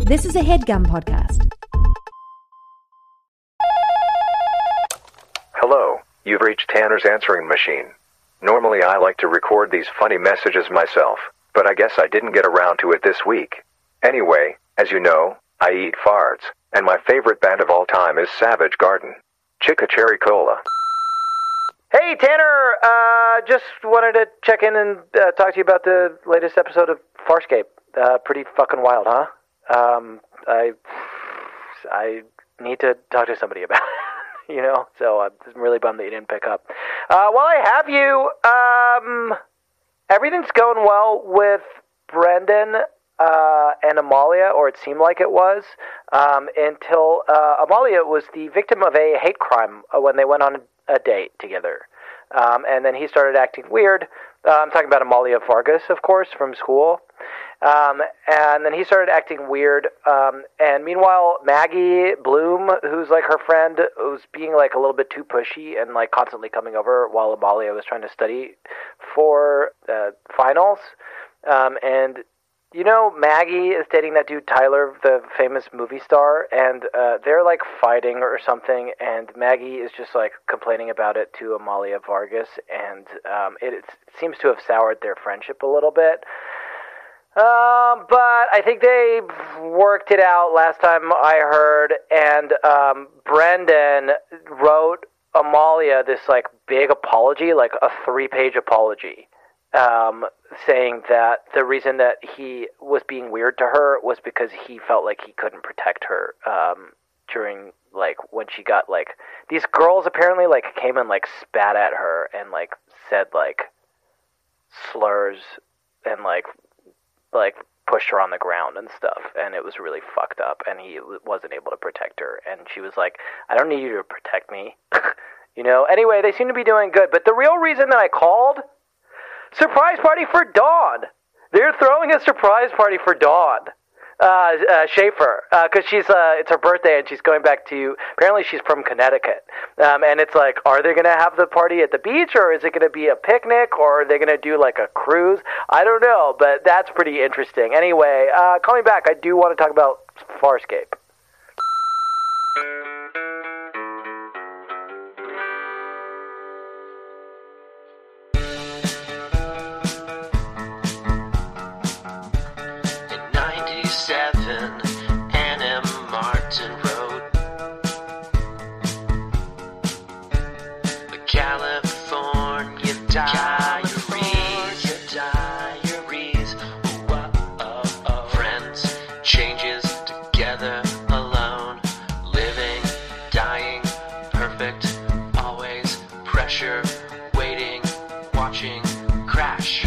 This is a headgum podcast. Hello, you've reached Tanner's answering machine. Normally, I like to record these funny messages myself, but I guess I didn't get around to it this week. Anyway, as you know, I eat farts, and my favorite band of all time is Savage Garden. Chicka Cherry Cola. Hey, Tanner. Uh, just wanted to check in and uh, talk to you about the latest episode of Farscape. Uh, pretty fucking wild, huh? Um, I I need to talk to somebody about it. You know, so uh, I'm just really bummed that you didn't pick up. Uh, while I have you, um, everything's going well with Brendan uh, and Amalia, or it seemed like it was, um, until uh, Amalia was the victim of a hate crime uh, when they went on a date together. Um, and then he started acting weird. Uh, I'm talking about Amalia Vargas, of course, from school. Um, and then he started acting weird. Um, and meanwhile, Maggie Bloom, who's like her friend, was being like a little bit too pushy and like constantly coming over while Amalia was trying to study for uh, finals. Um, and you know, Maggie is dating that dude Tyler, the famous movie star, and uh, they're like fighting or something. And Maggie is just like complaining about it to Amalia Vargas, and um, it, it seems to have soured their friendship a little bit. Um, but I think they worked it out last time I heard, and um, Brendan wrote Amalia this like big apology, like a three-page apology, um, saying that the reason that he was being weird to her was because he felt like he couldn't protect her um, during like when she got like these girls apparently like came and like spat at her and like said like slurs and like like pushed her on the ground and stuff and it was really fucked up and he w- wasn't able to protect her and she was like i don't need you to protect me you know anyway they seem to be doing good but the real reason that i called surprise party for dawn they're throwing a surprise party for dawn uh, uh, Schaefer, because she's uh, it's her birthday and she's going back to apparently she's from Connecticut, um, and it's like, are they gonna have the party at the beach or is it gonna be a picnic or are they gonna do like a cruise? I don't know, but that's pretty interesting. Anyway, uh, call me back. I do want to talk about Farscape. at 97 Anna Martin Road. The California Diaries. Diaries. Whoa, oh, oh. Friends, changes together, alone, living, dying, perfect, always, pressure, waiting, watching, crash.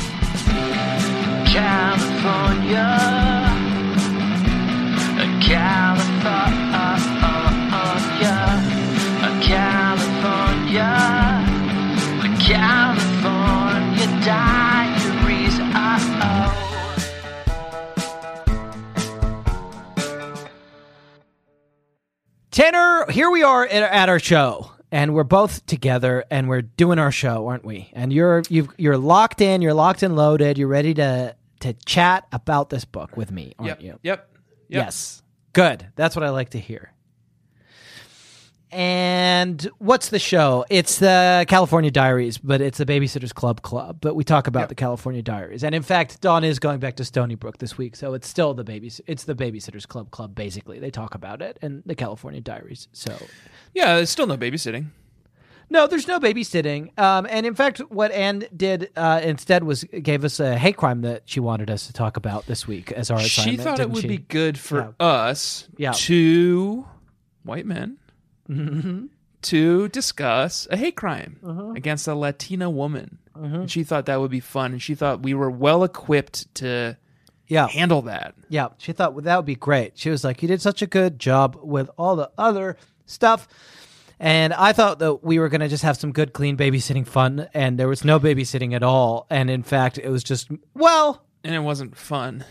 California. California. California. California Diaries. Oh, oh. Tanner, here we are at, at our show, and we're both together, and we're doing our show, aren't we? And you're you've, you're locked in, you're locked and loaded, you're ready to to chat about this book with me, aren't Yep. you? Yep. Yep. Yes, good. That's what I like to hear. And what's the show? It's the California Diaries, but it's the Babysitters Club Club. But we talk about the California Diaries, and in fact, Dawn is going back to Stony Brook this week, so it's still the babys. It's the Babysitters Club Club. Basically, they talk about it and the California Diaries. So Yeah, it's still no babysitting. no, there's no babysitting. Um, and in fact, what Anne did uh, instead was gave us a hate crime that she wanted us to talk about this week as our She assignment. thought it didn't would she? be good for us, Yeah. two white men, Mm-hmm. to discuss a hate crime against a Latina woman. Mm-hmm. And she thought that would be fun, and she thought we were well equipped to yeah, handle that. yeah. She thought well, that would be great. She was like, "You did such a good job with all the other stuff." And I thought that we were going to just have some good, clean babysitting fun, and there was no babysitting at all. And in fact, it was just well, And it wasn't fun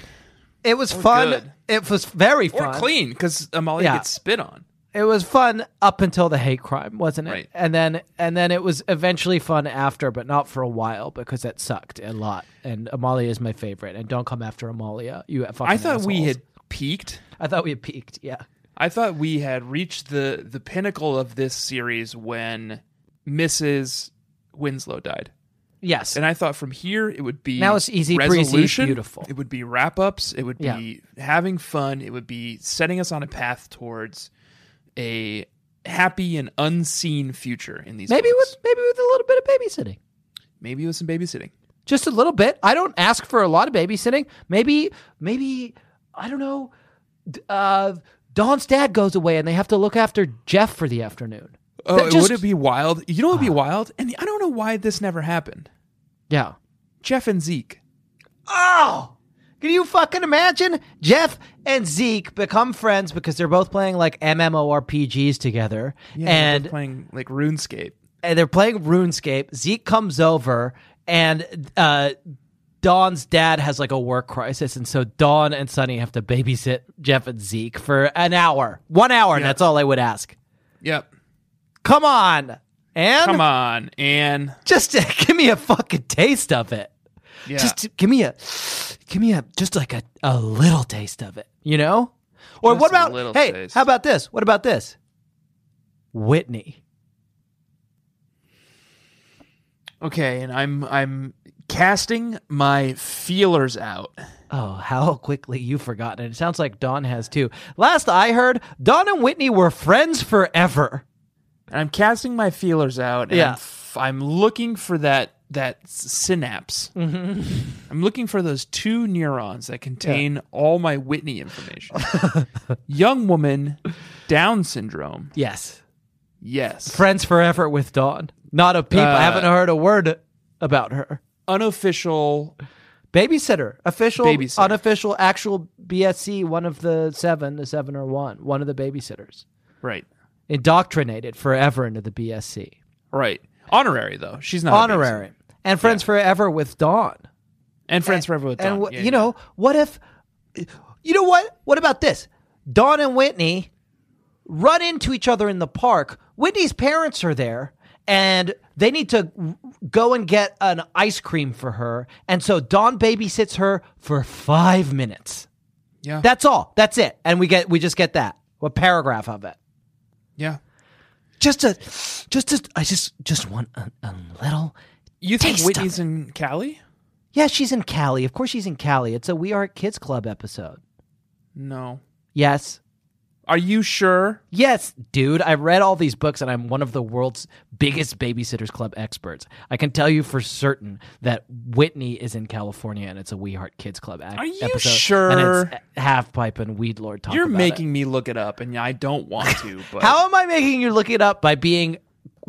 it was fun. good. It was very or fun. clean because Amalia Yeah. gets spit on. it was fun up until the hate crime, wasn't it? Right. And then and then it was eventually fun after, but not for a while because that sucked a lot. And Amalia is my favorite. And don't come after Amalia. You fucking I thought we assholes. had peaked. I thought we had peaked. Yeah. I thought we had reached the the pinnacle of this series when Mrs. Winslow died. Yes. And I thought from here it would be Now it's easy, breezy, resolution. beautiful. It would be wrap ups. It would be Yeah. having fun. It would be setting us on a path towards a happy and unseen future in these. maybe books. with maybe with a little bit of babysitting. maybe with some babysitting. Just a little bit. I don't ask for a lot of babysitting. Maybe maybe I don't know. d- Uh, Dawn's dad goes away and they have to look after Jeff for the afternoon. Oh, That it- just- Ah. would it be wild? You know, what would be wild. And I don't know why this never happened. Yeah. Jeff and Zeke. Oh, can you fucking imagine? Jeff and Zeke become friends because they're both playing like MMORPGs together, Yeah, and they're playing like RuneScape. and they're playing RuneScape. Zeke comes over, and uh, Dawn's dad has like a work crisis, and so Dawn and Sunny have to babysit Jeff and Zeke for an hour, one hour. and Yeah. That's all I would ask. Yep. Come on, and Come on, Anne. just to give me a fucking taste of it. Yeah. Just to- give me a, give me a, just like a, a little taste of it, you know? Or Just what a about, little hey, taste. how about this? What about this? Whitney. Okay, and I'm I'm casting my feelers out. Oh, how quickly you've forgotten. It sounds like Dawn has too. Last I heard, Dawn and Whitney were friends forever. And I'm casting my feelers out and Yeah. I'm, f- I'm looking for that that s- synapse. Mm-hmm. I'm looking for those two neurons that contain all my Whitney information. Young woman, Down syndrome. Yes. Yes. Friends forever with Dawn. Not a peep. I Uh, haven't heard a word about her. Unofficial. Babysitter, official, Babysitter. unofficial, actual BSC, one of the seven, the seven or one, one of the babysitters. Right. Indoctrinated forever into the BSC. Right. Honorary though. She's not a babysitter. Honorary. And friends forever with Dawn. and friends forever with And Dawn. wh- Yeah, you yeah. know, what if, you know what? What about this? Dawn and Whitney run into each other in the park. Whitney's parents are there and they need to go and get an ice cream for her. And so Dawn babysits her for five minutes. Yeah. That's all. That's it. And we get, we just get that. A paragraph of it. yeah. Just a, just a, I just, just want a, a little. You think Taste of Whitney's in Cali? Yeah, she's in Cali. Of course she's in Cali. It's a We Are Kids Club episode. No. Yes. Are you sure? Yes, dude. I read all these books and I'm one of the world's biggest babysitters club experts. I can tell you for certain that Whitney is in California and it's a We Heart Kids Club ac- Are you episode. sure? And it's half pipe and weed lord talk. You're about making it. me look it up, and I don't want to. But How am I making you look it up by being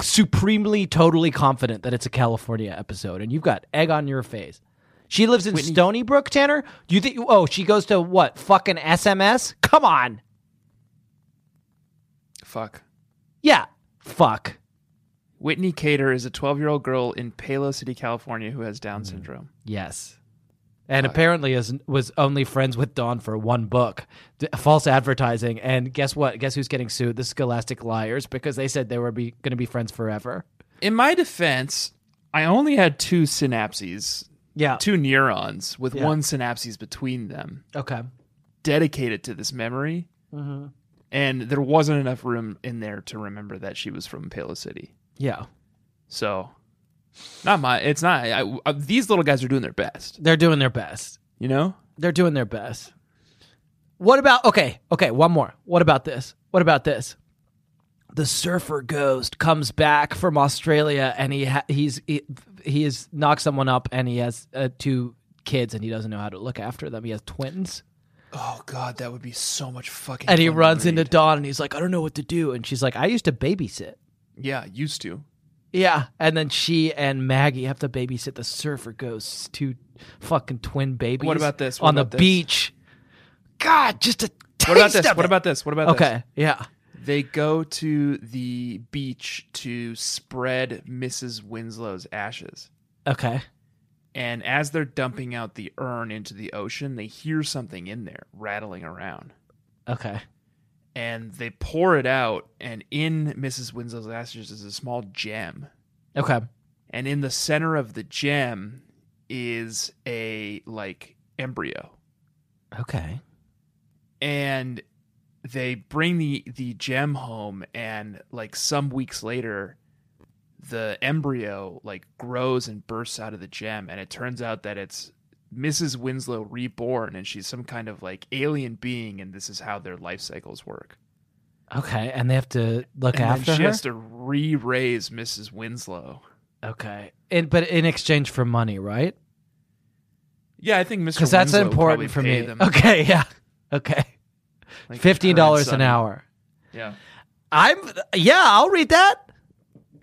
supremely totally confident that it's a California episode and you've got egg on your face. She lives in Stony Brook, Tanner? Do you think oh, she goes to what? Fucking SMS? Come on. fuck. Yeah. Fuck. Whitney Cater is a 12 year old girl in Palo City, California, who has Down syndrome. Yes. And apparently is, was only friends with Dawn for one book, D- false advertising. And guess what? Guess who's getting sued? The Scholastic Liars because they said they were be, going to be friends forever. In my defense, I only had two synapses, Yeah. two neurons with Yeah. one synapses between them, Okay. dedicated to this memory. Mm-hmm. And there wasn't enough room in there to remember that she was from Palo City. Yeah. So, not my. It's not. I, I, these little guys are doing their best. They're doing their best. You know. They're doing their best. What about okay, okay, one more. What about this? What about this? The surfer ghost comes back from Australia and he ha- he's he, he is knocked someone up and he has uh, two kids and he doesn't know how to look after them. He has twins. Oh God, that would be so much fucking. And he fun to runs into read. Dawn and he's like, I don't know what to do. And she's like, I used to babysit. Yeah, used to. Yeah. And then she and Maggie have to babysit the surfer ghosts, two fucking twin babies. What about this? What on about the this? beach. God, just a taste What about this? of it. What about this? What about this? Okay. Yeah. They go to the beach to spread Mrs. Winslow's ashes. Okay. And as they're dumping out the urn into the ocean, they hear something in there rattling around. Okay. And they pour it out, and in Mrs. Winslow's ashes is a small gem. Okay. And in the center of the gem is a like embryo. Okay. and they bring the the gem home and like some weeks later the embryo like grows and bursts out of the gem and it turns out that it's Mrs. Winslow reborn and she's some kind of like alien being and this is how their life cycles work. Okay, and they have to look And then after she her. has to re-raise Mrs. Winslow. Okay, and, but in exchange for money, right? Yeah, I think Mr. Because that's Winslow would probably important for pay me. Them, Okay, yeah. Okay, like, fifteen her dollars an son. hour. Yeah, I'm yeah. I'll read that.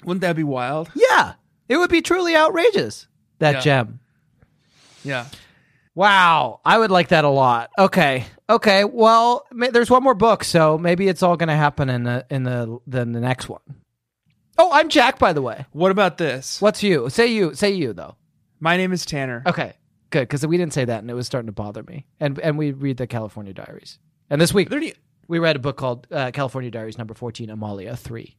wouldn't that be wild? Yeah, it would be truly outrageous. That Yeah. gem. Yeah. Wow, I would like that a lot. Okay, okay. Well, ma- there's one more book, so maybe it's all going to happen in the in the then the next one. Oh, I'm Jack, by the way. What about this? What's you? Say you. Say you though. My name is Tanner. Okay, good because we didn't say that, and it was starting to bother me. And and we read the California Diaries. And this week Are there any we read a book called uh, California Diaries Number Fourteen, Amalia Three.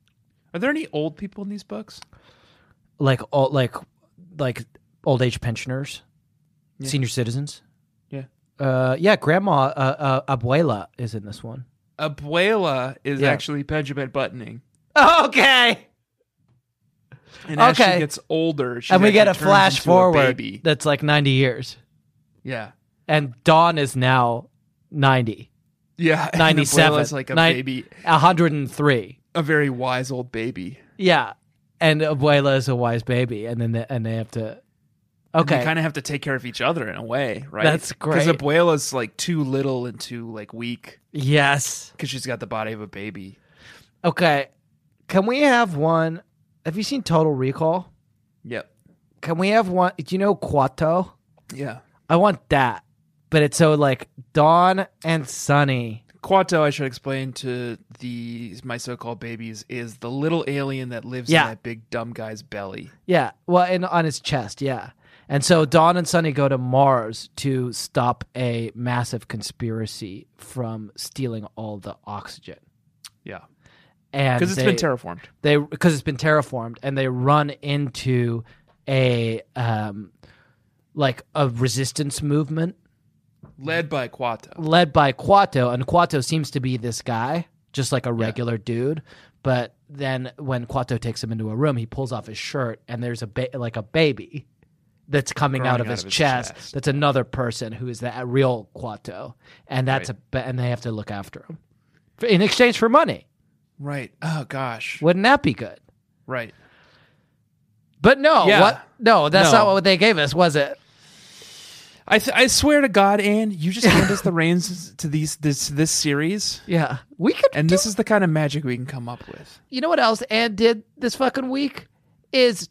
Are there any old people in these books? Like all like like old age pensioners, senior citizens. Yeah. Uh, yeah, Grandma uh, uh, Abuela is in this one. Abuela is Yeah. actually Benjamin Buttoning. Okay. And as Okay. she gets older, she and we get a actually turns flash into a forward baby. that's like 90 years. Yeah. And Dawn is now 90, Yeah. and 97. Abuela's like a nine- baby, 103. a very wise old baby. Yeah. And Abuela is a wise baby. And then they, and they have to. They Okay. kind of have to take care of each other in a way, right? That's great. Because Abuela's like too little and too like weak yes. because she's got the body of a baby. Okay. Can we have one? Have you seen Total Recall? Yep. Can we have one? Do you know Quato? Yeah. I want that. But it's so like Dawn and Sunny. Quato, I should explain to the my so-called babies, is the little alien that lives Yeah. in that big dumb guy's belly. Yeah. Well, and on his chest, yeah. And so Dawn and Sunny go to Mars to stop a massive conspiracy from stealing all the oxygen. Yeah, And because it's they- been terraformed. They because it's been terraformed, and they run into a um, like a resistance movement led by Quato. led by Quato, and Quato seems to be this guy, just like a regular dude. But then when Quato takes him into a room, he pulls off his shirt, and there's a ba- like a baby that's coming Growing out of his, chest, chest. That's another person who is that real Quato, and that's a ba- and they have to look after him For- in exchange for money. Right. Oh gosh. Wouldn't that be good? Right. But no, Yeah. what? No, that's No. not what they gave us, was it? I th- I swear to God, Anne, you just hand us the reins to these this this series, Yeah, we could. and this is the kind of magic we can come up with. you know what else Anne did this fucking week is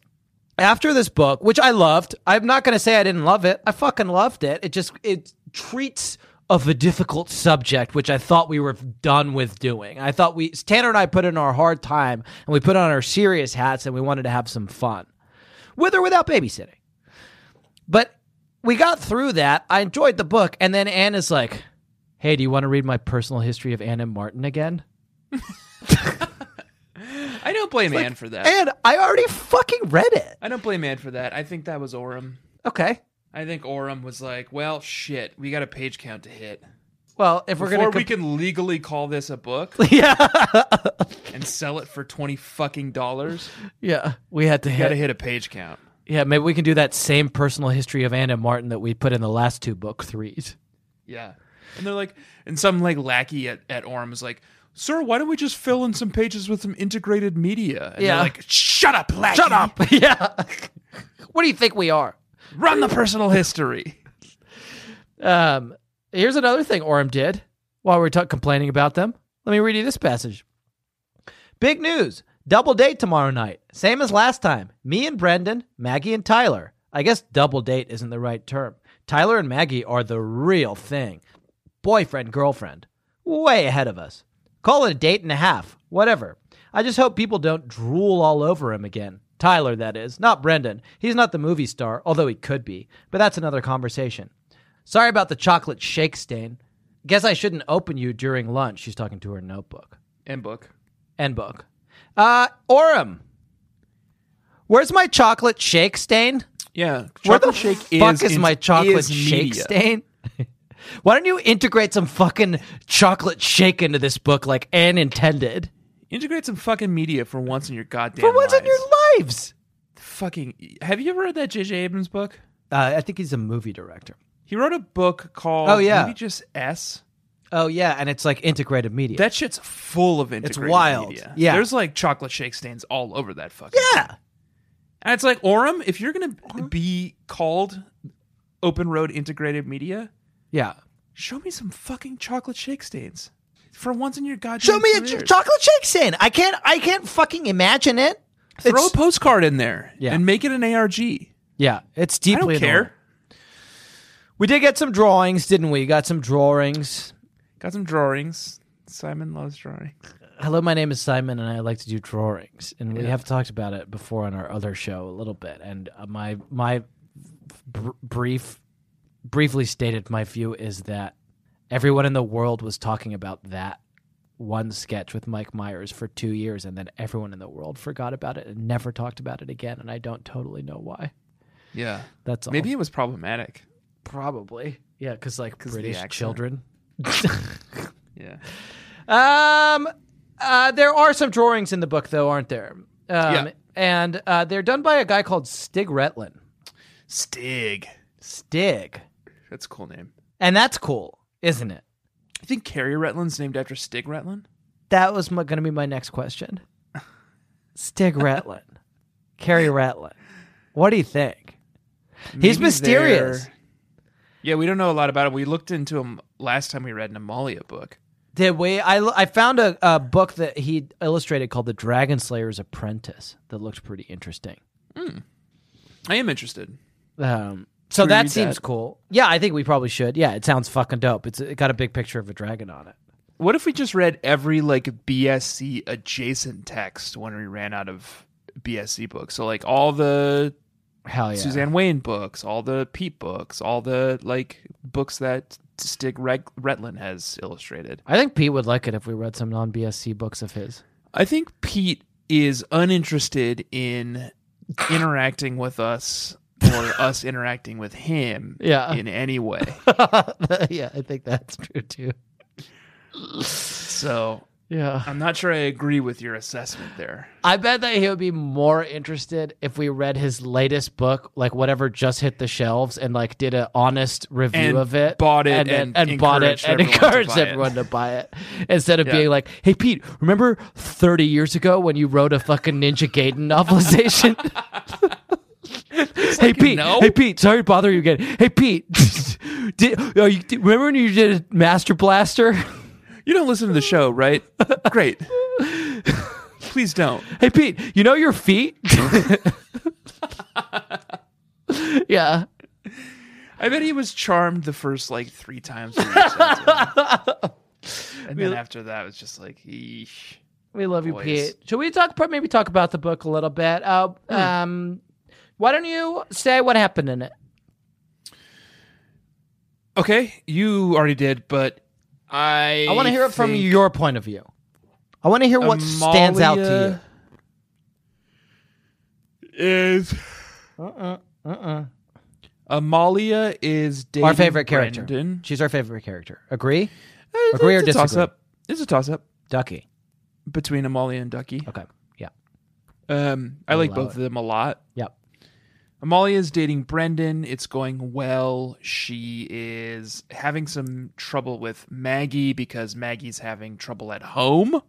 after this book, which I loved. I'm not going to say I didn't love it. I fucking loved it. It just it treats of a difficult subject, which I thought we were done with doing. I thought we Tanner and I put in our hard time and we put on our serious hats and we wanted to have some fun, with or without babysitting. But we got through that. I enjoyed the book, and then Anne is like, "Hey, do you want to read my personal history of Anna Martin again?" I don't blame Anne for that. And I already fucking read it. I don't blame Anne for that. I think that was Orem. Okay. I think Orem was like, well, shit, we got a page count to hit. Well, if we're Before gonna, we comp- can legally call this a book yeah, and sell it for twenty fucking dollars, yeah, we had to got hit. to hit a page count. Yeah, maybe we can do that same personal history of Anna Martin that we put in the last two book threes. Yeah. And they're like, and some like lackey at, at Orm is like, Sir, why don't we just fill in some pages with some integrated media? And Yeah. they're like, Shut up, lackey. Shut up. yeah. what do you think we are? Run the personal history. Um, here's another thing Orem did while we were ta- complaining about them. Let me read you this passage. Big news. Double date tomorrow night. Same as last time. Me and Brendan, Maggie and Tyler. I guess double date isn't the right term. Tyler and Maggie are the real thing. Boyfriend, girlfriend. Way ahead of us. Call it a date and a half. Whatever. I just hope people don't drool all over him again. Tyler, that is. Not Brendan. He's not the movie star, although he could be. But that's another conversation. Sorry about the chocolate shake stain. Guess I shouldn't open you during lunch. She's talking to her notebook End book. and book. Uh, Orem, where's my chocolate shake stain? Yeah. Where Chocolate the shake fuck is, is, in- my chocolate shake media. stain? Why don't you integrate some fucking chocolate shake into this book, like Anne intended? Integrate some fucking media for once in your goddamn. For what's in lives. your lives? Fucking. Have you ever read that J.J. Abrams book? Uh, I think he's a movie director. He wrote a book called. Oh, yeah. Maybe just S. Oh yeah, and it's like integrated media. That shit's full of integrated wild. media. Yeah. There's like chocolate shake stains all over that fucking. yeah, And it's like Orem, if you're gonna be called open road integrated media, yeah. show me some fucking chocolate shake stains. For once in your goddamn Show me a career. ch- chocolate shake stand. I can't. I can't fucking imagine it. Throw a It's- postcard in there Yeah. and make it an ARG. yeah, it's I deeply. don't annoying. care. We did get some drawings, didn't we? Got some drawings. Got some drawings. Simon loves drawings. Hello, my name is Simon, and I like to do drawings. And we have talked about it before on our other show a little bit. And uh, my my br- brief, briefly stated, my view is that everyone in the world was talking about that one sketch with Mike Myers for two years, and then everyone in the world forgot about it and never talked about it again. And I don't totally know why. Yeah. That's all. Maybe it was problematic. probably yeah, because like the British accent. children. Yeah. Um, uh, there are some drawings in the book, though, aren't there? Um, Yeah. And uh, they're done by a guy called Stig Retlin. Stig. Stig. That's a cool name. And that's cool, isn't it? You think Carrie Retlin's named after Stig Retlin? That was my, gonna be my next question. Stig Retlin. Carrie Retlin. What do you think? He's Maybe mysterious. they're- Yeah, we don't know a lot about him. We looked into him last time we read an Amalia book. Did we? I, l- I found a, a book that he illustrated called The Dragon Slayer's Apprentice that looked pretty interesting. I am interested. Um, so we that read seems that? cool. Yeah, I think we probably should. Yeah, it sounds fucking dope. It's it got a big picture of a dragon on it. What if we just read every like BSC adjacent text when we ran out of BSC books? So like all the Hell Oh, yeah. Suzanne Wayne books, all the Pete books, all the like books that Stig Reg- Retlin has illustrated. I think Pete would like it if we read some non BSC books of his. I think Pete is uninterested in interacting with us or us interacting with him Yeah. in any way. yeah, I think that's true too. So Yeah. I'm not sure I agree with your assessment there. I bet that he would be more interested if we read his latest book, like whatever just hit the shelves, and like did an honest review And of it, bought it then- and bought it, encouraged and everyone to encouraged buy it. everyone to buy it, instead of Yeah. being like, "Hey Pete, remember 30 years ago when you wrote a fucking Ninja Gaiden novelization?" hey Pete, no. hey Pete, sorry to bother you again. Hey Pete, did, oh, you, did- remember when you did Master Blaster? You don't listen to the show, right? Great. Please don't. Hey Pete, you know your feet? yeah. I bet he was charmed the first like three times. we reached out to him. and then after that, it was just like, eesh. We love you, Boys. Pete. Should we talk pro- maybe talk about the book a little bit? Uh, um, why don't you say what happened in it? Okay, you already did, but I. I want to hear it from think your point of view. I want to hear what stands out to Amalia Is Uh-uh, Amalia is you. dating Our favorite character. Brendan. She's our favorite character. Agree? Uh, Agree or it's a disagree? Toss-up. It's a toss up Ducky. between Amalia and Ducky. Okay. Yeah. Um, I like allow both it. of them a lot. Yep. Amalia is dating Brendan. It's going well. She is having some trouble with Maggie because Maggie's having trouble at home.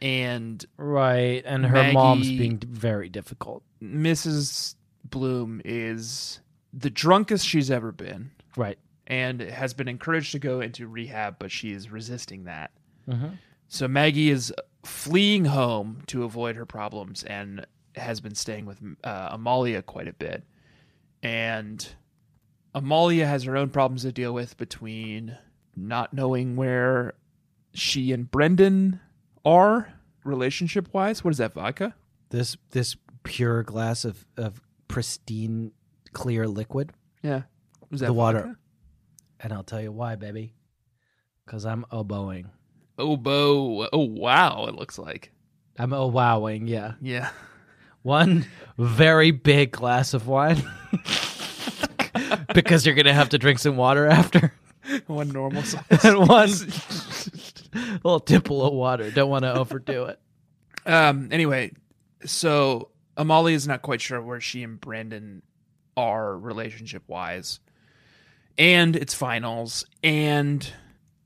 And Right. And her Maggie- mom's being very difficult. Mrs. Bloom is the drunkest she's ever been Right. and has been encouraged to go into rehab, but she is resisting that. Mm-hmm. So Maggie is fleeing home to avoid her problems and has been staying with uh, Amalia quite a bit. And Amalia has her own problems to deal with between not knowing where she and Brendan are relationship wise. What is that, vodka? This this pure glass of, of pristine clear liquid. Yeah. Was that The water. vodka? And I'll tell you why, baby. Because I'm oboeing. Oboe. Oh, wow. It looks like. I'm oh wowing, yeah. Yeah. One very big glass of wine. because you're gonna have to drink some water after. One normal size. and one little tipple of water. Don't want to overdo it. Um. Anyway, so Amalie is not quite sure where she and Brandon are relationship wise, and it's finals, and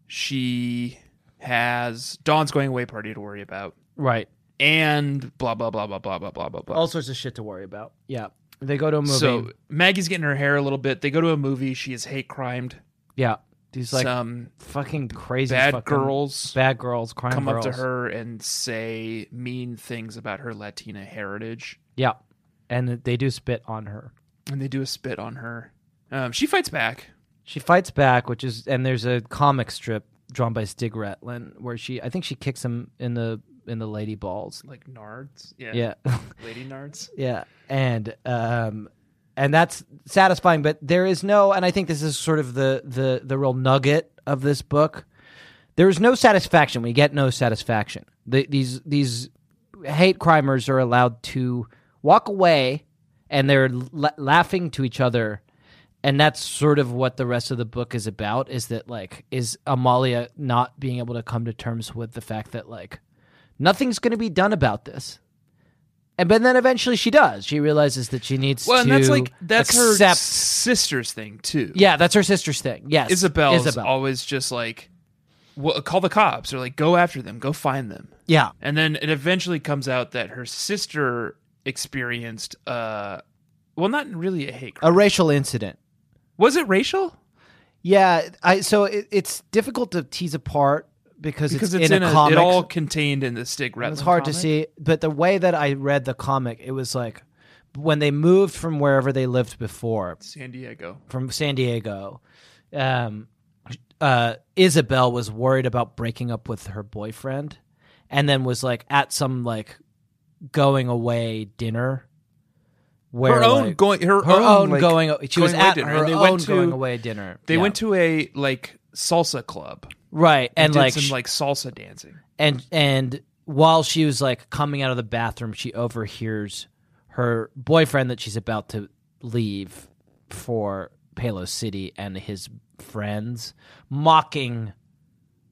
she has Dawn's going away party to worry about, Right. and blah blah blah blah blah blah blah blah blah. All sorts of shit to worry about. Yeah. They go to a movie. so Maggie's getting her hair a little bit. They go to a movie. She is hate crimed. yeah. These like Some fucking crazy bad fucking- girls Bad girls, crime come girls. up to her and say mean things about her Latina heritage. Yeah. And they do spit on her. and they do a spit on her. Um, she fights back. She fights back, which is and there's a comic strip drawn by Stig Rattlin where she I think she kicks him in the in the lady balls. Like Nards. Yeah. Yeah. Lady Nards. Yeah, and um, and that's satisfying. But there is no, and I think this is sort of the the the real nugget of this book. There is no satisfaction. We get no satisfaction. The, these these hate crimers are allowed to walk away, and they're la- laughing to each other. And that's sort of what the rest of the book is about. Is that like is Amalia not being able to come to terms with the fact that like nothing's going to be done about this. And but then eventually she does. She realizes that she needs Well, to and that's like that's her accept. sister's thing too. yeah, that's her sister's thing. Yes, Isabel's Isabel. always just like, well, call the cops or like go after them, go find them, yeah, and then it eventually comes out that her sister experienced uh, well, not really a hate crime. a racial incident. Was it racial? Yeah, I so it, it's difficult to tease apart because, Because it's, it's, in, a, comic. it all contained in the Stig Retlin. it's hard to comic. see, but the way that I read the comic, it was like when they moved from wherever they lived before, San Diego. from San Diego, um, uh, Isabel was worried about breaking up with her boyfriend, and then was like at some like going away dinner. Where Her own like- going. Her, her own like, going. She was away at dinner, her and they own went to, going away dinner. They Yeah. went to a like salsa club right and did like, some sh- like salsa dancing. and and while she was like coming out of the bathroom, she overhears her boyfriend that she's about to leave for Palo City and his friends mocking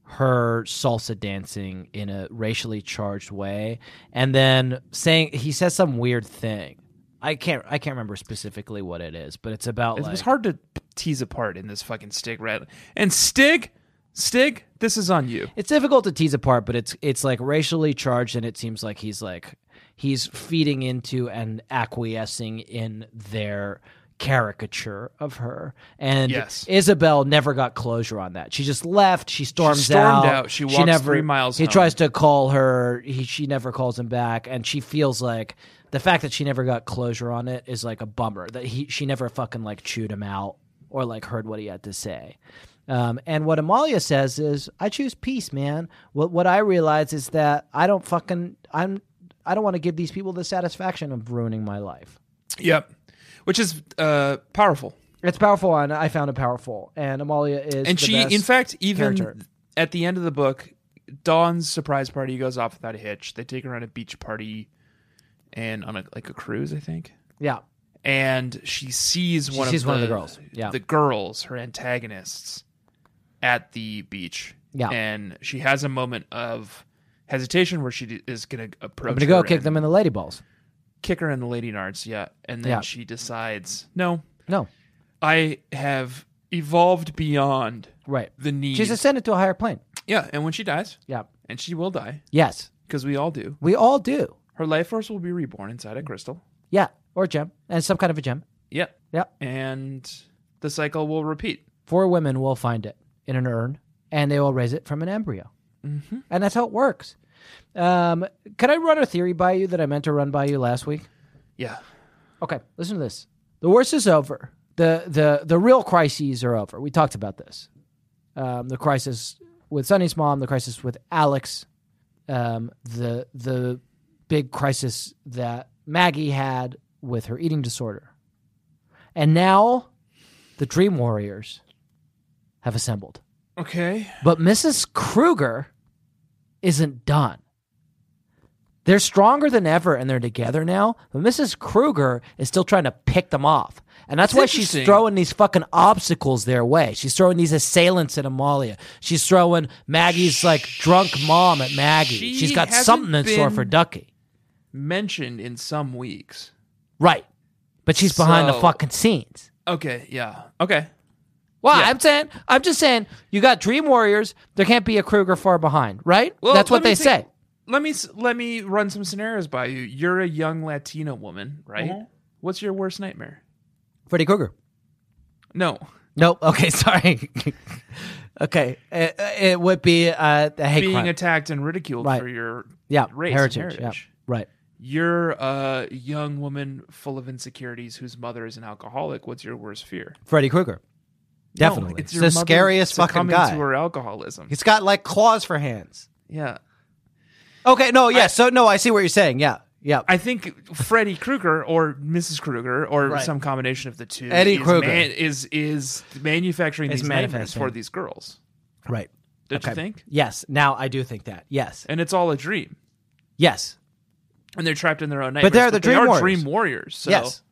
her salsa dancing in a racially charged way and then saying he says some weird thing i can't i can't remember specifically what it is but it's about It like was hard to tease apart in this fucking Stig rat. And Stig, Stig, this is on you. it's difficult to tease apart, but it's it's like racially charged, and it seems like he's like he's feeding into and acquiescing in their caricature of her. And Yes. Isabel never got closure on that. She just left. She storms stormed out. She walks never, three miles He home. tries to call her. He she never calls him back, and she feels like the fact that she never got closure on it is like a bummer. That he she never fucking like chewed him out or like heard what he had to say. Um, and what Amalia says is, I choose peace, man. What what I realize is that I don't fucking I'm I don't want to give these people the satisfaction of ruining my life. Yep. Which is uh, powerful. It's powerful, and I found it powerful. And Amalia is the and she, best in fact, even character. at the end of the book, Dawn's surprise party goes off without a hitch. They take her on a beach party and on a like a cruise, I think. yeah and she sees one sees of one of the, the girls. Yeah. the girls, her antagonists, at the beach. Yeah. and she has a moment of hesitation where she d- is going to approach. I'm gonna go her kick and them in the lady balls. kick her in the lady nards. Yeah, and then Yeah. she decides, no, No, I have evolved beyond right. the need. She's ascended to a higher plane. yeah, and when she dies, Yeah. and she will die Yes. because we all do. We all do. Her life force will be reborn inside a crystal. Yeah. Or a gem. And some kind of a gem. Yeah, Yeah. and the cycle will repeat. Four women will find it in an urn and they will raise it from an embryo. Mm-hmm. And that's how it works. Um, can I run a theory by you that I meant to run by you last week? Yeah, Okay, listen to this. The worst is over. The the the real crises are over. We talked about this. Um, the crisis with Sonny's mom, the crisis with Alex, um, the the big crisis that Maggie had with her eating disorder, and now the Dream Warriors have assembled. okay. But Mrs. Kruger isn't done. They're stronger than ever and they're together now, but Mrs. Kruger is still trying to pick them off. And that's That's why she's interesting. throwing these fucking obstacles their way. She's throwing these assailants at Amalia. She's throwing Maggie's like drunk mom at Maggie. She she's got hasn't something in store been- for Ducky. mentioned in some weeks. Right. But she's behind the So- fucking scenes. Okay, yeah. Okay. Well, Yeah. I'm saying, I'm just saying, you got Dream Warriors. There can't be a Kruger far behind, right? Well, That's what let me they think- say. Let me s- let me run some scenarios by you. You're a young Latina woman, right? What's your worst nightmare? Freddy Krueger. No. Nope. Okay. Sorry. okay. It, it would be uh, the hate Being crime. attacked and ridiculed Right. for your yeah. race and heritage. Yeah. heritage. Right. You're a young woman full of insecurities whose mother is an alcoholic. What's your worst fear? Freddy Krueger. No, Definitely. it's It's your the mother scariest fucking succumbing guy. to her alcoholism. He's got like claws for hands. Yeah. Okay, no, yeah. so no, I see what you're saying. Yeah, yeah. I think Freddy Krueger or Mrs. Krueger or some combination of the two Eddie is, Krueger. man- is is manufacturing Is these nightmares manifesting. for these girls. right. Don't you think? Yes. Now I do think that. Yes. And it's all a dream. Yes. And they're trapped in their own nightmares. they're the they dream are warriors. dream warriors. So Yes.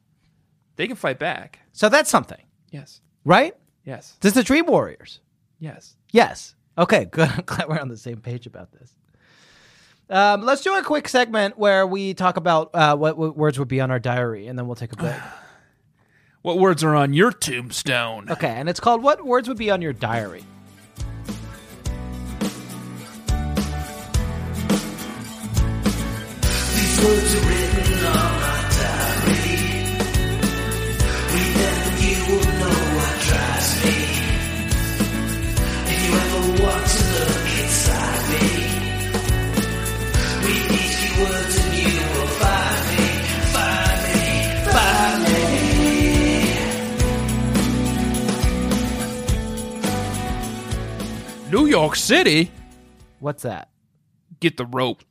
they can fight back. So that's something, Yes. right? Yes. This is the Dream Warriors. Yes. Yes. Okay, good. I'm glad we're on the same page about this. Um, let's do a quick segment where we talk about uh, what, what words would be on our diary, and then we'll take a break. What words are on your tombstone? Uh, okay. And it's called "What Words Would Be on Your Diary." New York City, What's that? get the rope.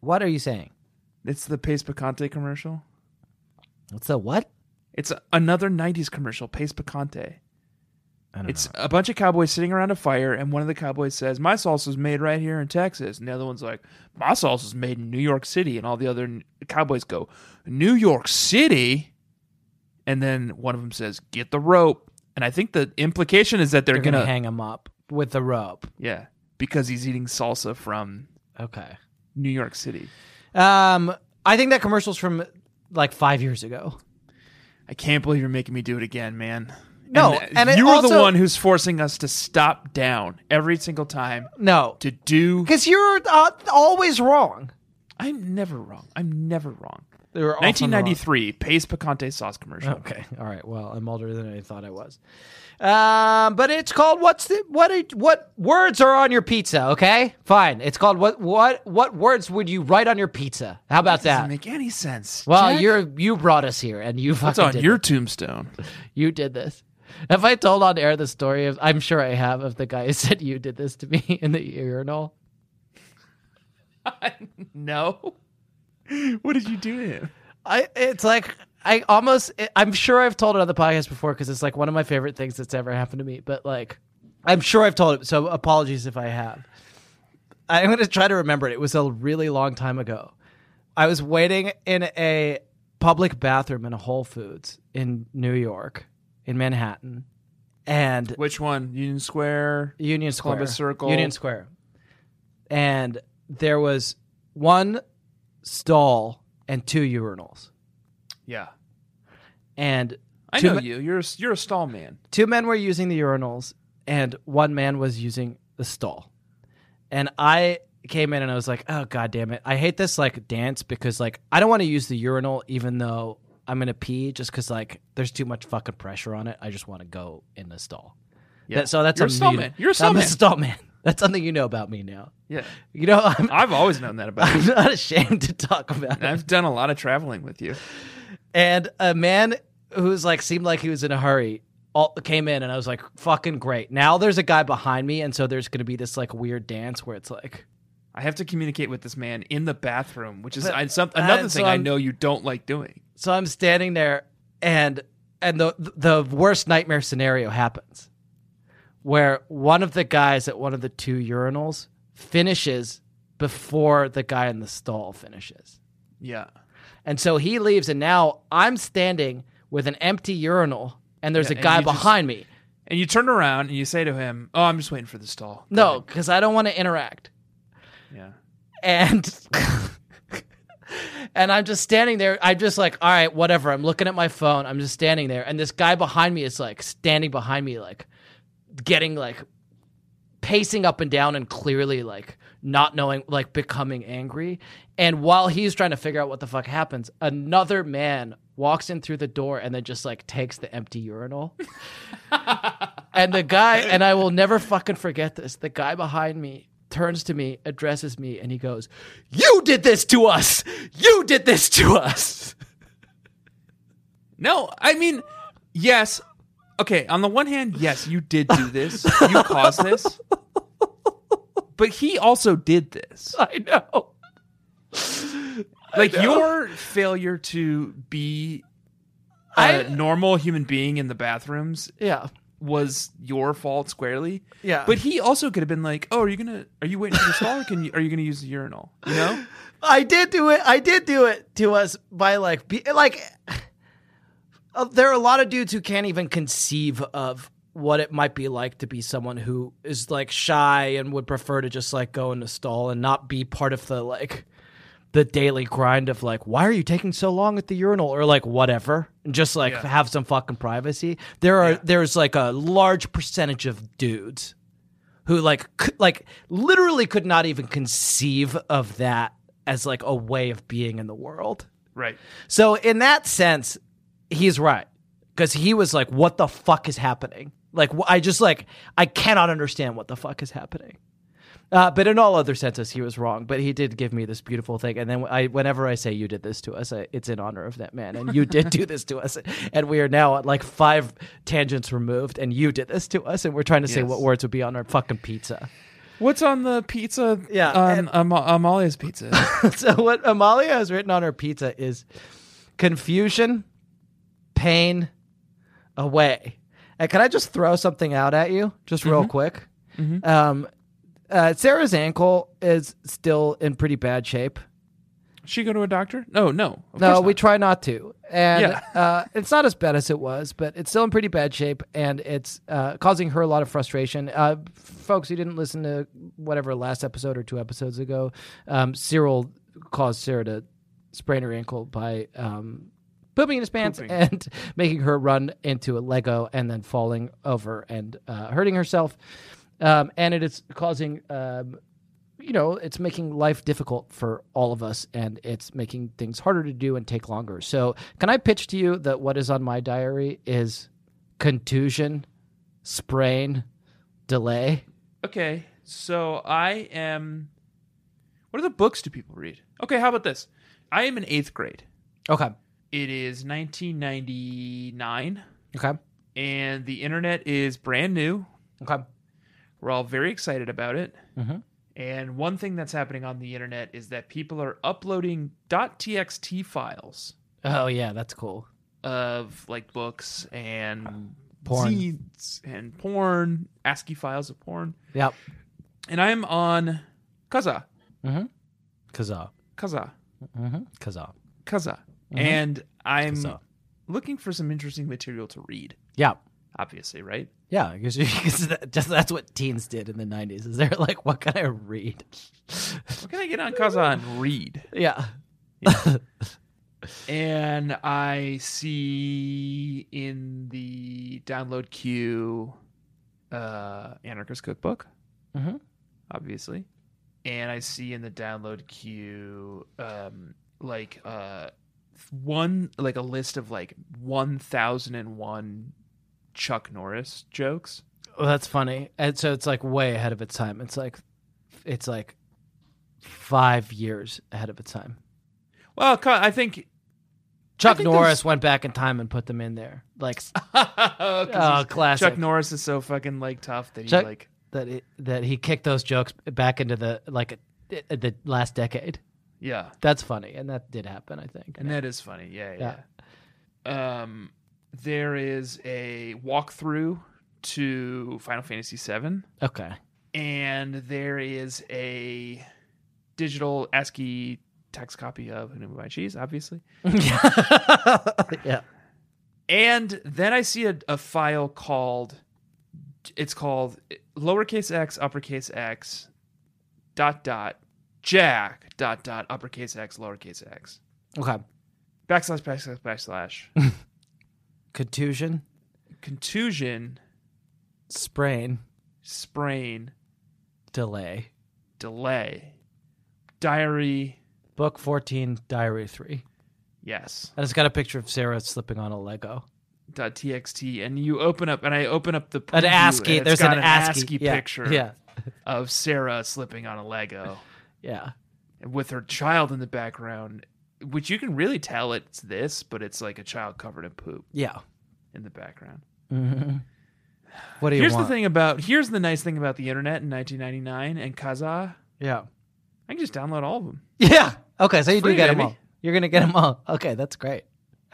What are you saying? It's the Pace Picante commercial. What's the what? It's a- another 90s commercial, Pace Picante. It's a bunch of cowboys sitting around a fire, and one of the cowboys says, My salsa's made right here in Texas. And the other one's like, My salsa's made in New York City. And all the other n- cowboys go, New York City? And then one of them says, Get the rope. And I think the implication is that they're, They're going gonna, to. hang him up with the rope. Yeah, because he's eating salsa from Okay. New York City. Um, I think that commercial's from like five years ago. I can't believe you're making me do it again, man. No, and it you are the also- one who's forcing us to stop down every single time No, to do. Because you're uh, always wrong. I'm never wrong. I'm never wrong. They were 1993 Pace Picante sauce commercial. Okay. All right. Well, I'm older than I thought I was. Um, but it's called what's the what it- what words are on your pizza? Okay, fine. It's called what what what words would you write on your pizza? How about Doesn't that? make any sense. Well, Jack. you're you brought us here and you What's fucking on did your it. tombstone? you did this. Have I told on air the story of? I'm sure I have of the guy who said you did this to me in the urinal. no. What did you do to him? I it's like I almost I'm sure I've told it on the podcast before because it's like one of my favorite things that's ever happened to me. But like I'm sure I've told it, so apologies if I have. I'm gonna try to remember it. It was a really long time ago. I was waiting in a public bathroom in a Whole Foods in New York, in Manhattan, and Which one? Union Square. Union Square, Columbus Circle. Union Square, and there was one stall and two urinals, Yeah. and I two know ma- you. You're a, you're a stall man. two men were using the urinals and one man was using the stall and i came in and i was like oh god damn it i hate this like dance because like i don't want to use the urinal even though i'm gonna pee just because like there's too much fucking pressure on it i just want to go in the stall Yeah. That- so that's You're a me- stall man. You're a stall I'm man. a stall man that's something you know about me now Yeah. you know i'm, I've always known that about you. I'm not ashamed to talk about And it I've done a lot of traveling with you. and a man who's like seemed like he was in a hurry all, came in and I was like fucking great. Now there's a guy behind me and so there's going to be this like weird dance where it's like I have to communicate with this man in the bathroom, which is But- I, some, uh, another so thing I I'm- know you don't like doing. so I'm standing there and and the the worst nightmare scenario happens where one of the guys at one of the two urinals finishes before the guy in the stall finishes. Yeah. And so he leaves, and now I'm standing with an empty urinal, and there's Yeah, a and guy you just- behind me. And you turn around and you say to him, "Oh, I'm just waiting for the stall." No, because I don't want to interact. Yeah. and and I'm just standing there. I'm just like, all right, whatever. I'm looking at my phone. I'm just standing there, and this guy behind me is like standing behind me, like getting like pacing up and down, and clearly like not knowing, like becoming angry. And while he's trying to figure out what the fuck happens, another man walks in through the door and then just like takes the empty urinal. And the guy, and I will never fucking forget this. The guy behind me turns to me, addresses me, and he goes, You did this to us! You did this to us! No, I mean, yes. Okay, on the one hand, yes, you did do this. You caused this. But he also did this. I know. Like your failure to be a I- normal human being in the bathrooms Yeah. was your fault squarely. Yeah. But he also could have been like, "Oh, are you gonna? Are you waiting for the stall? Or can you? Are you gonna use the urinal? You know? I did do it. I did do it to us by like, be, like, uh, there are a lot of dudes who can't even conceive of what it might be like to be someone who is like shy and would prefer to just like go in the stall and not be part of the like the daily grind of like why are you taking so long at the urinal or like whatever and just like Yeah. have some fucking privacy there are there's like a large percentage of dudes who like could, like literally could not even conceive of that as like a way of being in the world. Right? So in that sense, he's right because he was like, "What the fuck is happening?" Like wh- I just like I cannot understand what the fuck is happening. Uh, but in all other senses, he was wrong. But he did give me this beautiful thing. And then I, whenever I say you did this to us, I, it's in honor of that man. And you did do this to us. And we are now at like five tangents removed. And you did this to us. And we're trying to say Yes. what words would be on our fucking pizza. What's on the pizza? Yeah, on Am- Amalia's pizza. so what Amalia has written on her pizza is confusion, pain, away. And can I just throw something out at you, just real quick? Um, uh, Sarah's ankle is still in pretty bad shape. she go to a doctor? No, no. Of No, course we not. try not to, and Yeah. uh, it's not as bad as it was, but it's still in pretty bad shape, and it's uh, causing her a lot of frustration. Uh, folks who didn't listen to whatever last episode or two episodes ago, um, Cyril caused Sarah to sprain her ankle by um, pooping in his pants Pooping. and making her run into a Lego and then falling over and uh, hurting herself, um, and it is causing. Um, you know, it's making life difficult for all of us and it's making things harder to do and take longer. So, can I pitch to you that what is on my diary is contusion, sprain, delay? Okay, so I am. What other books do people read? Okay, how about this? I am in eighth grade. Okay. It is 1999, Okay. and the internet is brand new. Okay. We're all very excited about it. Mhm. And one thing that's happening on the internet is that people are uploading .txt files Oh, yeah, that's cool. of like books and Porn. zines and porn, ASCII files of porn. Yep. And I'm on Kaza, Kazaa. Kaza, Mm-hmm. Kazaa. Kaza, and I'm Mm-hmm. Kazaa. looking for some interesting material to read. Yeah. Obviously, right? Yeah, because that, just that's what teens did in the 90s. Is they're like, what can I read? What can I get on Kaza and read? yeah. And I see in the download queue uh, Anarchist Cookbook, Mhm. obviously. And I see in the download queue um, like uh, one like a list of like one thousand and one Chuck Norris jokes. Well, that's funny. And so it's like way ahead of its time. It's like, it's like five years ahead of its time. Well, co- I think. Chuck think Norris there's- went back in time and put them in there. Like s- Oh, 'Cause he's- Oh, classic. Chuck Norris is so fucking like tough that he Chuck- like that, it, that he kicked those jokes back into the like uh, the last decade. yeah. That's funny, and that did happen. I think. And that is funny. Yeah, yeah. Um, there is a walkthrough to Final Fantasy VII, okay. and there is a digital ASCII text copy of Who Knew Me by Cheese, obviously. Yeah. And then I see a, a file called, it's called lowercase x, uppercase x, dot dot, jack, dot dot, uppercase x, lowercase x, Okay. backslash, backslash, backslash, Contusion, contusion, Sprain. sprain, Delay. delay, diary, Book 14, Diary 3. yes, I just got a picture of Sarah slipping on a Lego. dot txt. And you open up, and I open up the An preview, ASCII. and it's There's got an ASCII, yeah, picture Yeah. of Sarah slipping on a Lego. Yeah. with her child in the background, which you can really tell it's this, but it's like a child covered in poop Yeah. in the background. What do you Mm-hmm. Here's want? the thing about here's the nice thing about the internet in 1999 and Kazaa. Yeah. I can just download all of them. Yeah. Okay. So you do free, get them baby. all. You're going to get them all. Okay. That's great.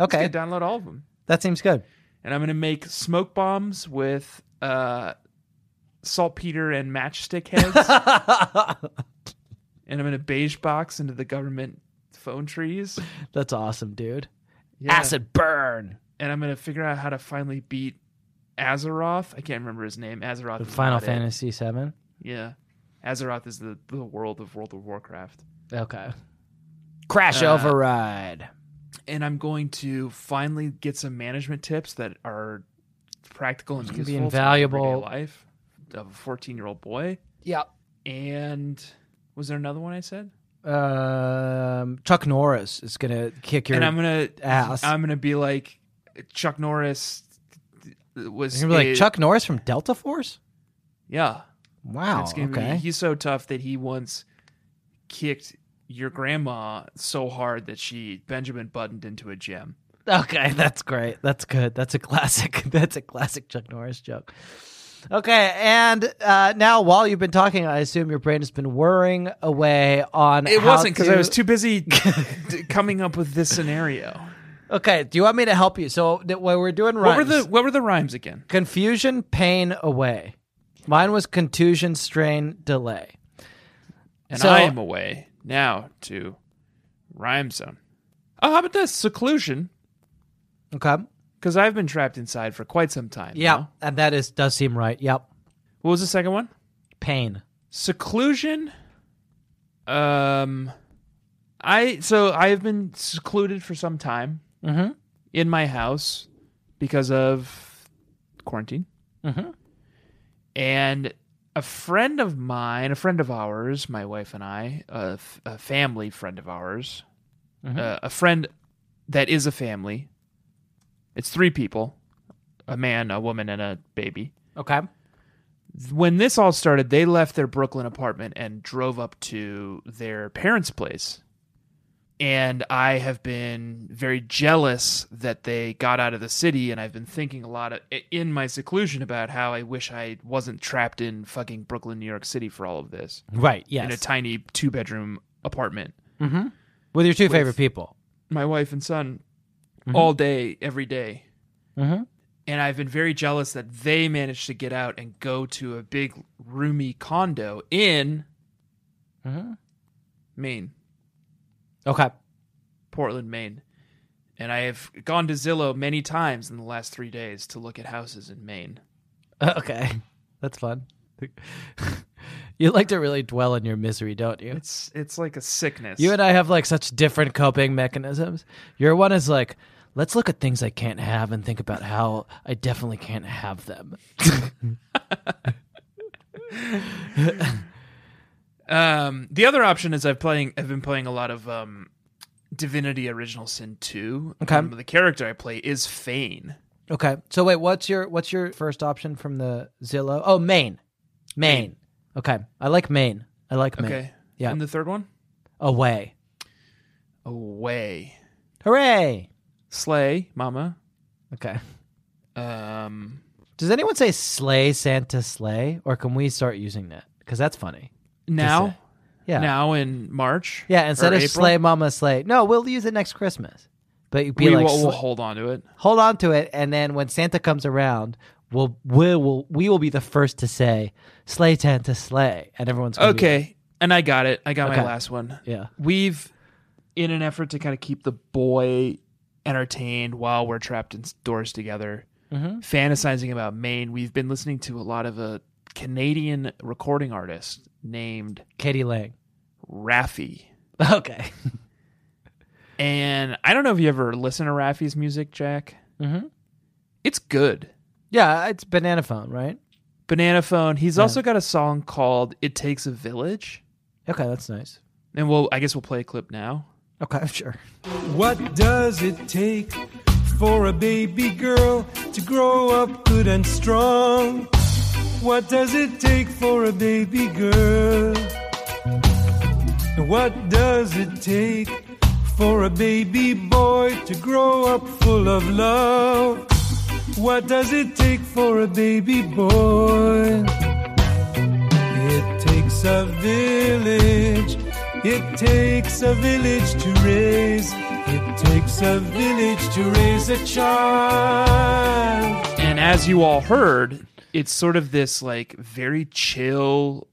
Okay. I can download all of them, That seems good. and I'm gonna make smoke bombs with uh, saltpeter and matchstick heads, and I'm gonna beige box into the government phone trees. That's awesome, dude. Yeah. Acid burn. and I'm gonna figure out how to finally beat Azeroth. I can't remember his name. Azeroth. is Final not it. Fantasy VII. Yeah. Azeroth is the, the world of World of Warcraft. Okay. Crash Uh, override. And I'm going to finally get some management tips that are practical and gonna useful be to my everyday invaluable. life of a 14 year old boy. Yeah. And was there another one I said? Um, Chuck Norris is gonna kick your. and I'm gonna ass. I'm gonna be like Chuck Norris was You're gonna be like is- Chuck Norris from Delta Force. Yeah, Wow. It's gonna Okay. be, he's so tough that he once kicked your grandma so hard that she Benjamin buttoned into a gym. Okay, that's great. That's good. That's a classic. That's a classic Chuck Norris joke. Okay, and uh, now while you've been talking, I assume your brain has been whirring away on. It how wasn't because I to- was too busy d- coming up with this scenario. Okay, do you want me to help you? So th- what we're doing What rhymes. were the what were the rhymes again? confusion, pain, away. Mine was contusion, strain, delay. And So- I am away now to rhyme zone. Oh, how about this seclusion? Okay. Because I've been trapped inside for quite some time. Yeah, now. and that is does seem right. Yep. What was the second one? Pain. seclusion um i so i have been secluded for some time Mhm. in my house because of quarantine Mhm. and a friend of mine a friend of ours my wife and i a, f- a family friend of ours uh, a friend that is a family it's three people a man a woman and a baby Okay. when this all started, they left their Brooklyn apartment and drove up to their parents' place. And I have been very jealous that they got out of the city, and I've been thinking a lot of, in my seclusion about how I wish I wasn't trapped in fucking Brooklyn, New York City for all of this Right. in a Yes. Mm-hmm. tiny two bedroom apartment. With your two favorite people. My wife and son all day, every day. Mhm. And I've been very jealous that they managed to get out and go to a big, roomy condo in Mhm. Maine, Okay. Portland, Maine. And I have gone to Zillow many times in the last three days to look at houses in Maine. Okay. That's fun. you like to really dwell on your misery, don't you? It's it's like a sickness. You and I have like such different coping mechanisms. Your one is like, let's look at things I can't have and think about how I definitely can't have them. um, the other option is I've playing I've been playing a lot of um, Divinity Original Sin two. Okay. Um, the character I play is Fane. Okay. So wait, what's your what's your first option from the Zillow? Oh, Maine. Maine. Okay. I like Maine. I like Maine. Okay. Yeah. And the third one, Away. Away, Hooray. Slay, Mama. Okay. Um, Does anyone say slay Santa slay or can we start using that? Cuz that's funny. now, Yeah. now in March. Yeah, instead or of April, slay mama slay. No, we'll use it next Christmas. But you'd be we like will we'll sl- hold on to it. hold on to it and then when Santa comes around, we'll we will we will be the first to say slay Santa slay and everyone's gonna be Okay. and I got it. I got Okay. my last one. Yeah. We've, in an effort to kind of keep the boy entertained while we're trapped indoors together, fantasizing about Maine, we've been listening to a lot of a Canadian recording artist named Katie Lang. Raffi. Okay. And I don't know if you ever listen to Raffi's music, Jack. Mm-hmm. It's good. Yeah, it's banana phone, right? Banana Phone. He's also got a song called It Takes a Village. Okay, that's nice. And we'll, I guess we'll play a clip now. Okay, sure. What does it take for a baby girl to grow up good and strong? What does it take for a baby girl? What does it take for a baby boy to grow up full of love? What does it take for a baby boy? It takes a village. It takes a village to raise. It takes a village to raise a child. And as you all heard, it's sort of this like very chill,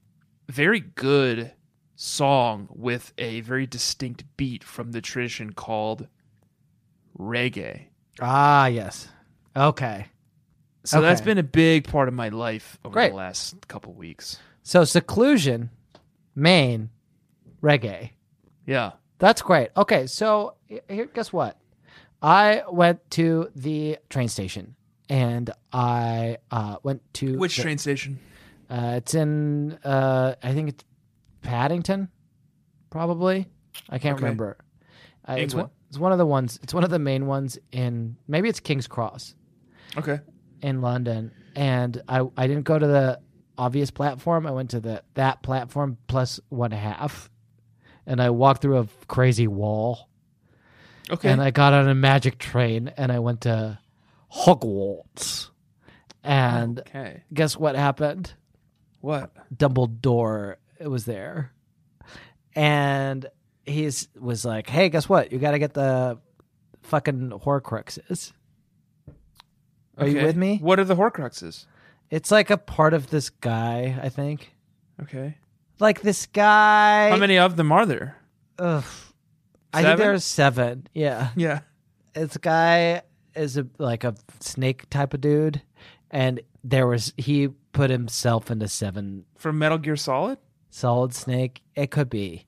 very good song with a very distinct beat from the tradition called reggae. Ah, yes. Okay. So Okay. that's been a big part of my life over Great. the last couple weeks. So seclusion, Maine, reggae. Yeah. That's great. Okay, so he- here, guess what? I went to the train station and I uh, went to Which the- train station? Uh, it's in uh, I think it's Paddington, probably. I can't Okay. remember. Uh, it's, one, England. it's one of the ones. It's one of the main ones in maybe it's King's Cross Okay. in London, and I I didn't go to the obvious platform. I went to the that platform plus one half, and I walked through a crazy wall, Okay. and I got on a magic train, and I went to Hogwarts, and okay. guess what happened? What? Dumbledore was there, and he was like, "Hey, guess what? You got to get the fucking Horcruxes." Are you Okay. with me? What are the Horcruxes? It's like a part of this guy, I think. Okay. Like this guy. How many of them are there? Ugh. I think Seven? there's seven. Yeah, Yeah. this guy is a like a snake type of dude, and there was he put himself into seven From Metal Gear Solid? Solid Snake. It could be.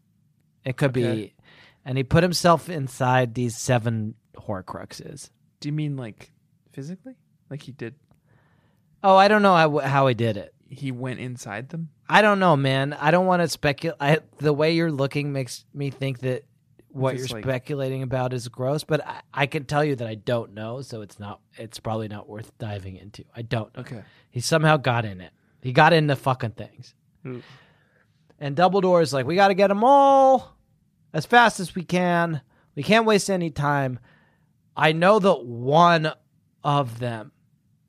It could Okay. be. And he put himself inside these seven Horcruxes. Do you mean like physically? Like he did Oh, I don't know how, how he did it. he went inside them? I don't know, man. I don't want to speculate. The way you're looking makes me think that what you're Just like- speculating about is gross, but I, I can tell you that I don't know, so it's not. It's probably not worth diving into. I don't. know. Okay. He somehow got in it. He got into fucking things. And Dumbledore is like, we got to get them all as fast as we can. We can't waste any time. I know that one of them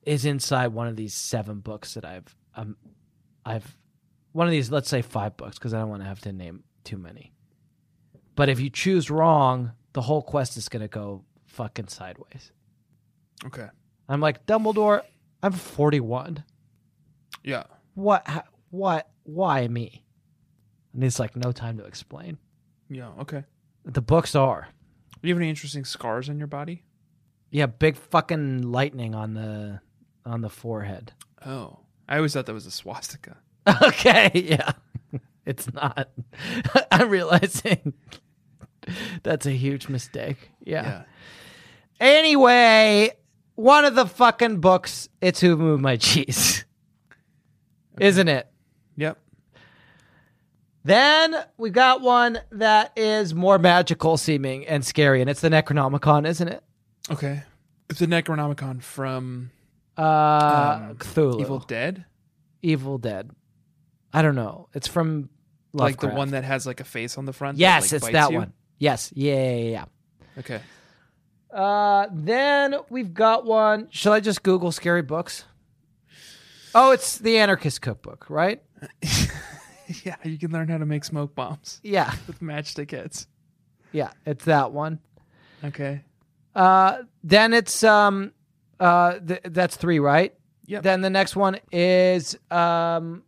is inside one of these seven books that I've, um, I've, one of these, let's say five books, because I don't want to have to name too many. But if you choose wrong, the whole quest is going to go fucking sideways. Okay. I'm like, Dumbledore, I'm 41 Yeah. what ha- what why me and it's like no time to explain Yeah. Okay. the books are Do you have any interesting scars on your body? yeah big fucking lightning on the on the forehead Oh. I always thought that was a swastika. okay yeah it's not i'm realizing that's a huge mistake yeah. anyway one of the fucking books it's who moved my cheese isn't it Yep. Then we got one that is more magical seeming and scary, and it's the Necronomicon, isn't it? Okay. It's the Necronomicon from Uh, Um, Cthulhu, Evil Evil, Dead, Dead. I don't know. It's from like Lovecraft. the one that has like a face on the front. that, yes, like, it's bites that you? one. Yes, yeah, yeah, yeah. Okay. yeah. Uh, then we've got one. Shall I just Google scary books? Oh, it's the Anarchist Cookbook, right? Yeah, you can learn how to make smoke bombs Yeah, with matchstick heads. yeah. It's that one. Okay. Uh, then it's um, uh, th- that's three, right? Yep. Then the next one is um,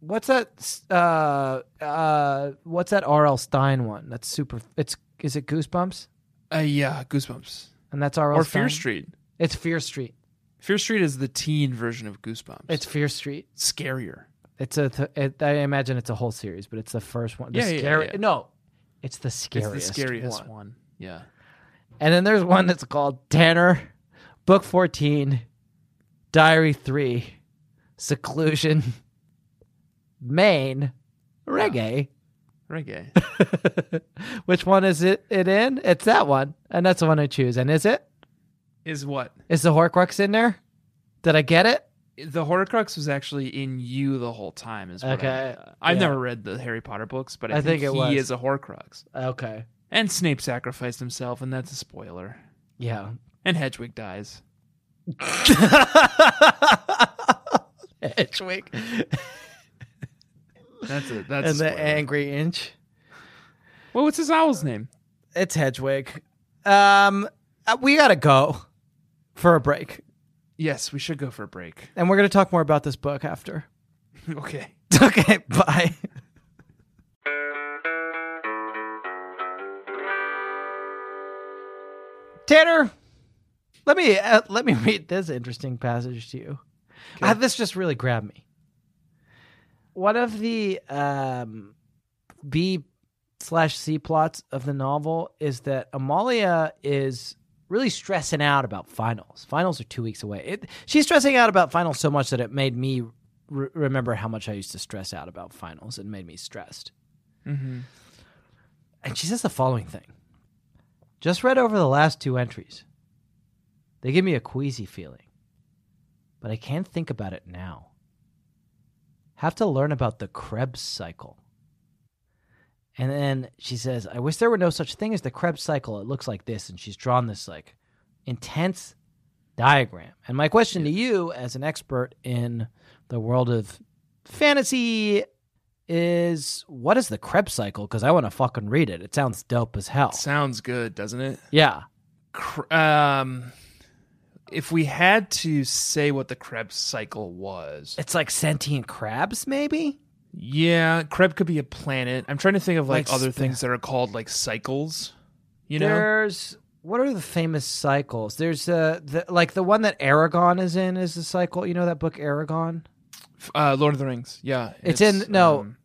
What's that? s- Uh, uh, what's that R.L. Stein one? That's super. It's is it Goosebumps? Uh, yeah, Goosebumps And that's R.L. or Stein? Fear Street. It's Fear Street. Fear Street is the teen version of Goosebumps. It's Fear Street. scarier. It's a. Th- it, I imagine it's a whole series, but it's the first one. The Yeah, yeah, scary- yeah. No, it's the It's scariest. the scariest one. one. Yeah. And then there's one that's called Tanner, Book 14, Diary 3, Seclusion, Maine, Reggae. Reggae. Which one is it, it in? It's that one. And that's the one I choose. And is it? is what? Is the Horcrux in there? Did I get it? The Horcrux was actually in you the whole time. Is what I, Okay, I've yeah. never read the Harry Potter books, but I, I think, think it was. he is a Horcrux. Okay. And Snape sacrificed himself, and that's a spoiler. Yeah. And Hedwig dies. Hedwig. That's it. That's a And the spoiler. Angry Inch. Well, what's his owl's name? It's Hedwig. Um, uh, we got to go for a break. Yes, we should go for a break. And we're going to talk more about this book after. okay. Okay, bye. Tanner, let me uh, let me read this interesting passage to you. Uh, this just really grabbed me. One of the um, B slash C plots of the novel is that Amalia is really stressing out about finals. Finals are two weeks away. It, she's stressing out about finals so much that it made me re- remember how much I used to stress out about finals and made me stressed. And she says the following thing Just read over the last two entries. They give me a queasy feeling, but I can't think about it now. Have to learn about the Krebs cycle. And then she says, I wish there were no such thing as the Krebs cycle. It looks like this. And she's drawn this like intense diagram. And my question to you, as an expert in the world of fantasy, is what is the Krebs cycle? Because I want to fucking read it. It sounds dope as hell. Sounds good, doesn't it? Yeah. Cr- um, if we had to say what the Krebs cycle was, It's like sentient crabs, maybe? yeah, Krebs could be a planet. I'm trying to think of like, Like other sp- things that are called like cycles. You know, There's what are the famous cycles? There's uh the like the one that Aragon is in is the cycle. You know that book Aragon? F- uh, Lord of the Rings. Yeah, It's, in no, um,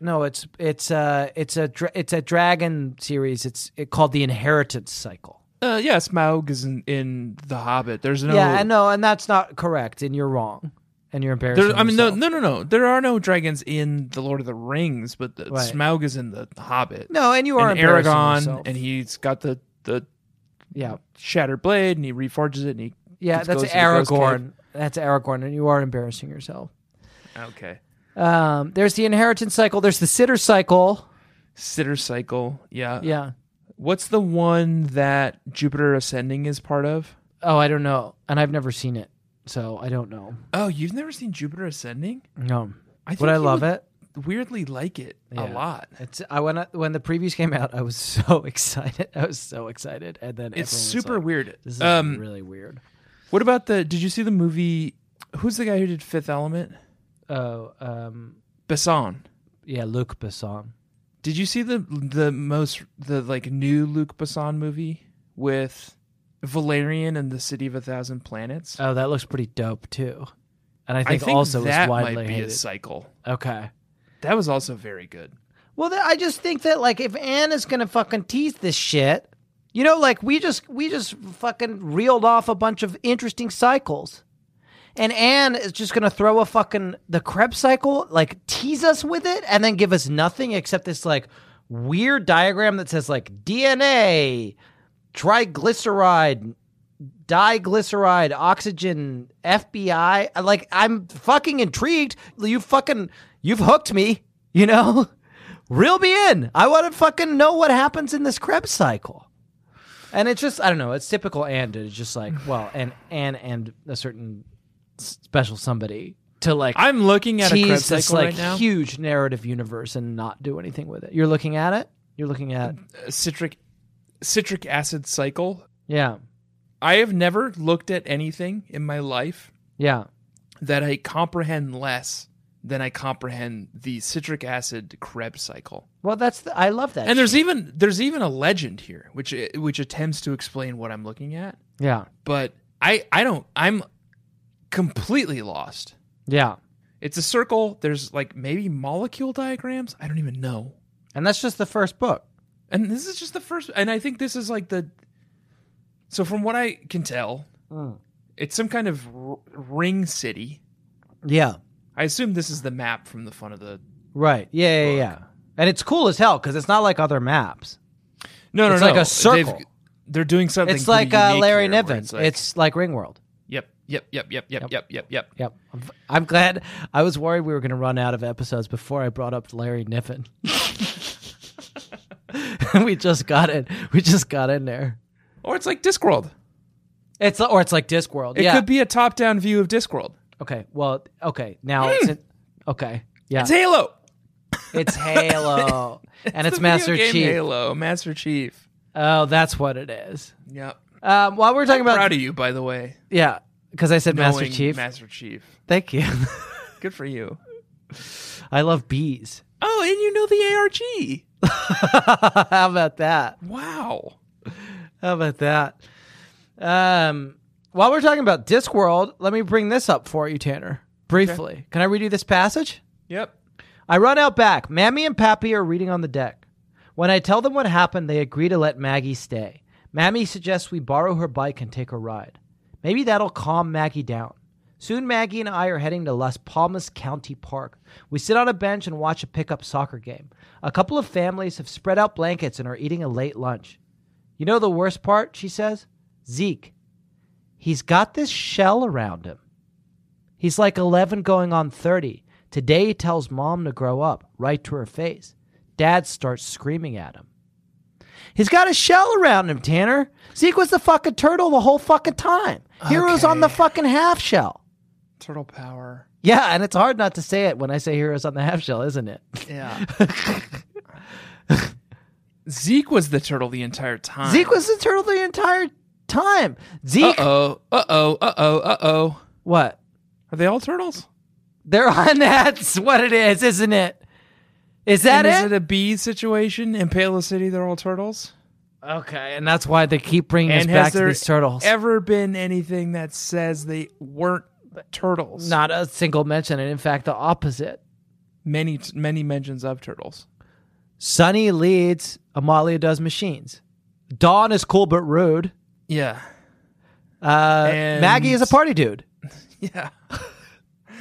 no. It's it's uh it's a dra- it's a dragon series. It's it called the Inheritance Cycle. uh, yeah, Smaug is in, in The Hobbit. There's no. Yeah, I know, and that's not correct, and you're wrong, and you're embarrassing. There, I mean, no, yourself. no, no, no. There are no dragons in The Lord of the Rings, but the, Right. Smaug is in The Hobbit. no, and you are and embarrassing Aragon, yourself. and he's got the the yeah, shattered blade, and he reforges it, and he yeah, It that's goes to the ghost Aragorn. That's Aragorn, and you are embarrassing yourself. okay. Um, there's the Inheritance Cycle. There's the Sitter Cycle. Sitter cycle, yeah. Yeah. What's the one that Jupiter ascending is part of? Oh, I don't know, and I've never seen it, so I don't know. Oh, you've never seen Jupiter ascending? No, I think would I you love would it? Weirdly, like it a Yeah. lot. It's I when I, when the previews came out, I was so excited. I was so excited, and then It's everyone was super like, weird. This is um, really weird. what about the? Did you see the movie? Who's the guy who did Fifth Element? Oh, um, Besson. yeah, Luc Besson. Did you see the the most the like new Luke Besson movie with Valerian and the City of a Thousand Planets? Oh, that looks pretty dope too. And I think, also that is widely might be hated. a cycle. okay. That was also very good. Well, th- I just think that like if Anne is gonna fucking tease this shit, you know, like we just we just fucking reeled off a bunch of interesting cycles, and Anne is just gonna throw a fucking the Krebs cycle, like tease us with it, and then give us nothing except this like weird diagram that says like DNA, triglyceride, diglyceride, oxygen, FBI. Like I'm fucking intrigued. You fucking you've hooked me. You know. Reel me in. I want to fucking know what happens in this Krebs cycle. And it's just, I don't know, it's typical and it's just like, well, and and and a certain s- special somebody to like I'm looking at a Krebs tease this cycle like right now. huge narrative universe and not do anything with it. You're looking at it? You're looking at Mm-hmm. citric citric acid cycle. Yeah. I have never looked at anything in my life Yeah. that I comprehend less then I comprehend the citric acid Krebs cycle. Well, that's the, I love that. And there's even there's even a legend here, which which attempts to explain what I'm looking at. yeah, But I I don't I'm completely lost. yeah, It's a circle. There's like maybe molecule diagrams. I don't even know. and that's just the first book. And this is just the first. And I think this is like the. So from what I can tell, Hmm. it's some kind of r- ring city. Yeah, I assume this is the map from the fun of the. right. Yeah, yeah, yeah. And it's cool as hell because it's not like other maps. No, It's like a circle. they're doing something. it's like pretty uh, unique Larry here where Niven. It's like, Ringworld. Yep, yep, yep, yep, yep, yep, yep, yep. Yep. I'm, I'm glad. I was worried we were going to run out of episodes before I brought up Larry Niven. we just got it. We just got in there. Or it's like Discworld. It's or it's like Discworld. It yeah. could be a top-down view of Discworld. Okay. Well. Okay. Now. It's in, okay. Yeah. Hmm. It's Halo, It's Halo, and it's, The video Master game Chief. Halo, Master Chief. Oh, that's what it is. Yep. Um, while we're talking about Proud of you, by the way. yeah, because I said Master knowing Chief. Master Chief. Thank you. Good for you. I love bees. Oh, and you know the ARG. How about that? Wow. How about that? Um, while we're talking about Discworld, let me bring this up for you, Tanner, briefly. Can I read you this passage? Yep. I run out back. Mammy and Pappy are reading on the deck. When I tell them what happened, they agree to let Maggie stay. Mammy suggests we borrow her bike and take a ride. Maybe that'll calm Maggie down. Soon, Maggie and I are heading to Las Palmas County Park. We sit on a bench and watch a pickup soccer game. A couple of families have spread out blankets and are eating a late lunch. You know the worst part, she says? Zeke. He's got this shell around him. He's like 11 going on 30. Today he tells mom to grow up, right to her face. Dad starts screaming at him. He's got a shell around him, Tanner. Zeke was the fucking turtle the whole fucking time. Hero's on the fucking half shell. Turtle power. Yeah, and it's hard not to say it when I say heroes on the half shell, isn't it? Yeah. Zeke was the turtle the entire time. Zeke was the turtle the entire time. Uh Zeke, oh. Uh oh. Uh oh. Uh oh. what? Are they all turtles? They're on that's what it is, isn't it? Is that and is it? it a bee situation in Palo City? They're all turtles. okay, and that's why they keep bringing us and back has to there these turtles. ever been anything that says they weren't turtles? Not a single mention, and in fact, the opposite. many many mentions of turtles. Sonny leads, Amalia does machines. Dawn is cool but rude. Yeah. Uh, And- Maggie is a party dude, Yeah.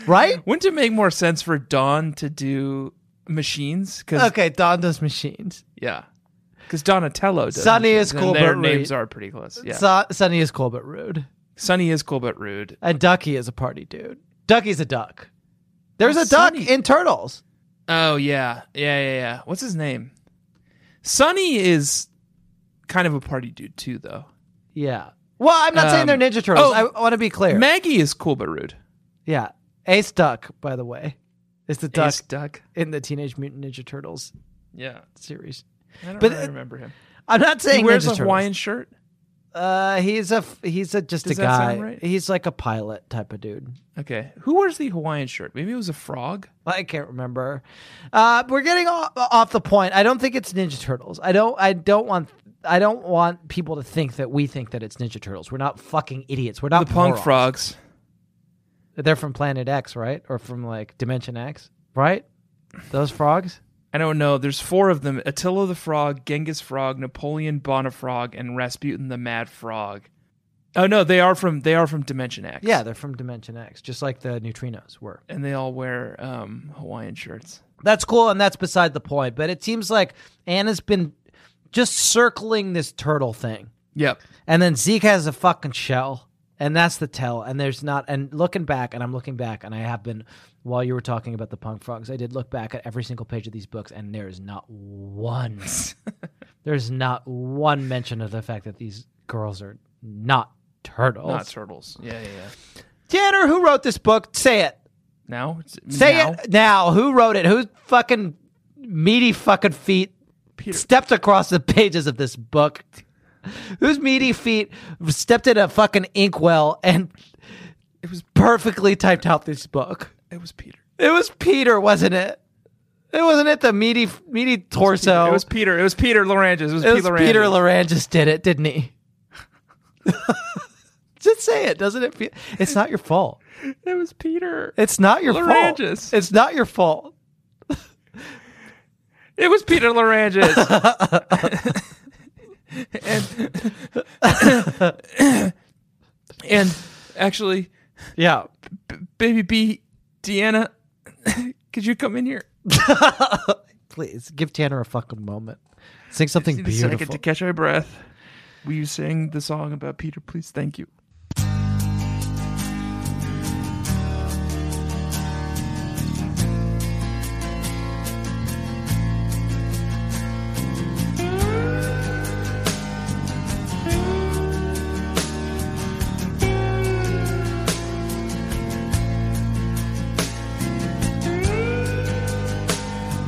right? Wouldn't it make more sense for Dawn to do machines? Because Okay, Dawn does machines. yeah, because Donatello does. Sonny machines, is and cool, Their but names rude. are pretty close. Yeah. So- Sonny is cool but rude. Sonny is cool but rude. And Ducky is a party dude. Ducky's a duck. There's a duck Sonny- in Turtles. Oh yeah, yeah, yeah, yeah. What's his name? Sonny is kind of a party dude too, though. Yeah. Well, I'm not saying Um, they're Ninja Turtles. oh, I want to be clear. Maggie is cool but rude. yeah. Ace Duck, by the way, is the duck Ace duck. in the Teenage Mutant Ninja Turtles Yeah, series. I don't But- really remember him. I'm not saying He wears Ninja a Turtles. Hawaiian shirt. Uh, he's a f- he's a just Does a that guy. sound right? He's like a pilot type of dude. Okay, who wears the Hawaiian shirt? Maybe it was a frog. I can't remember. Uh, we're getting off, off the point. I don't think it's Ninja Turtles. I don't. I don't want. I don't want people to think that we think that it's Ninja Turtles. We're not fucking idiots. We're not The punk morons. frogs. They're from Planet X, right? Or from like Dimension X, right? Those frogs. I don't know. There's four of them: Attila the Frog, Genghis Frog, Napoleon Bonafrog, and Rasputin the Mad Frog. Oh no, they are from they are from Dimension X. Yeah, they're from Dimension X, just like the neutrinos were. and they all wear um, Hawaiian shirts. That's cool, and that's beside the point. But it seems like Anna's been just circling this turtle thing. Yep. And then Zeke has a fucking shell. And that's the tell. And there's not. And looking back, and I'm looking back, and I have been, while you were talking about the punk frogs, I did look back at every single page of these books, and there is not one. there's not one mention of the fact that these girls are not turtles. Not turtles. Yeah, yeah. yeah. Tanner, who wrote this book? Say it. Now, It's- Say now? it now. Who wrote it? Whose fucking meaty fucking feet stepped across the pages of this book? Whose meaty feet stepped in a fucking inkwell and it was perfectly typed out this book? It was Peter. It was Peter, wasn't it? It wasn't it the meaty meaty torso. It was Peter. It was Peter Loranges. It was, It was Pete Peter Loranges. Larangis did it, didn't he? Just say it, doesn't it? Feel, it's not your fault. it was Peter. It's not your Larangis. fault. It's not your fault. It was Peter Larangis. and, and actually, Yeah. baby B, Deanna, could you come in here? Please give Tanner a fucking moment. Sing something Need a second beautiful. to catch my breath. Will you sing the song about Peter, please? Thank you.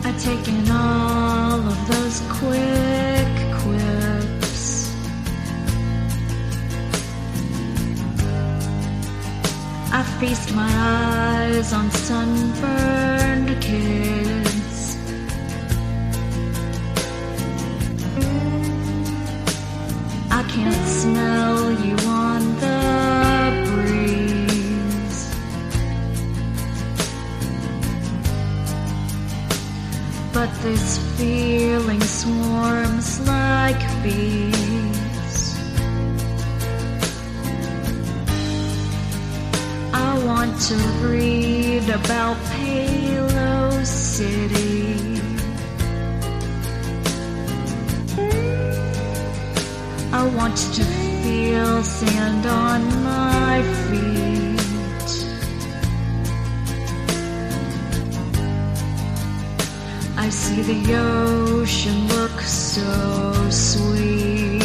I've taken all of those quick quips. I feast my eyes on sunburned kids. I can't smell you on the breeze. But this feeling swarms like bees. I want to read about Palo City. I want to feel sand on my feet. I see the ocean look so sweet.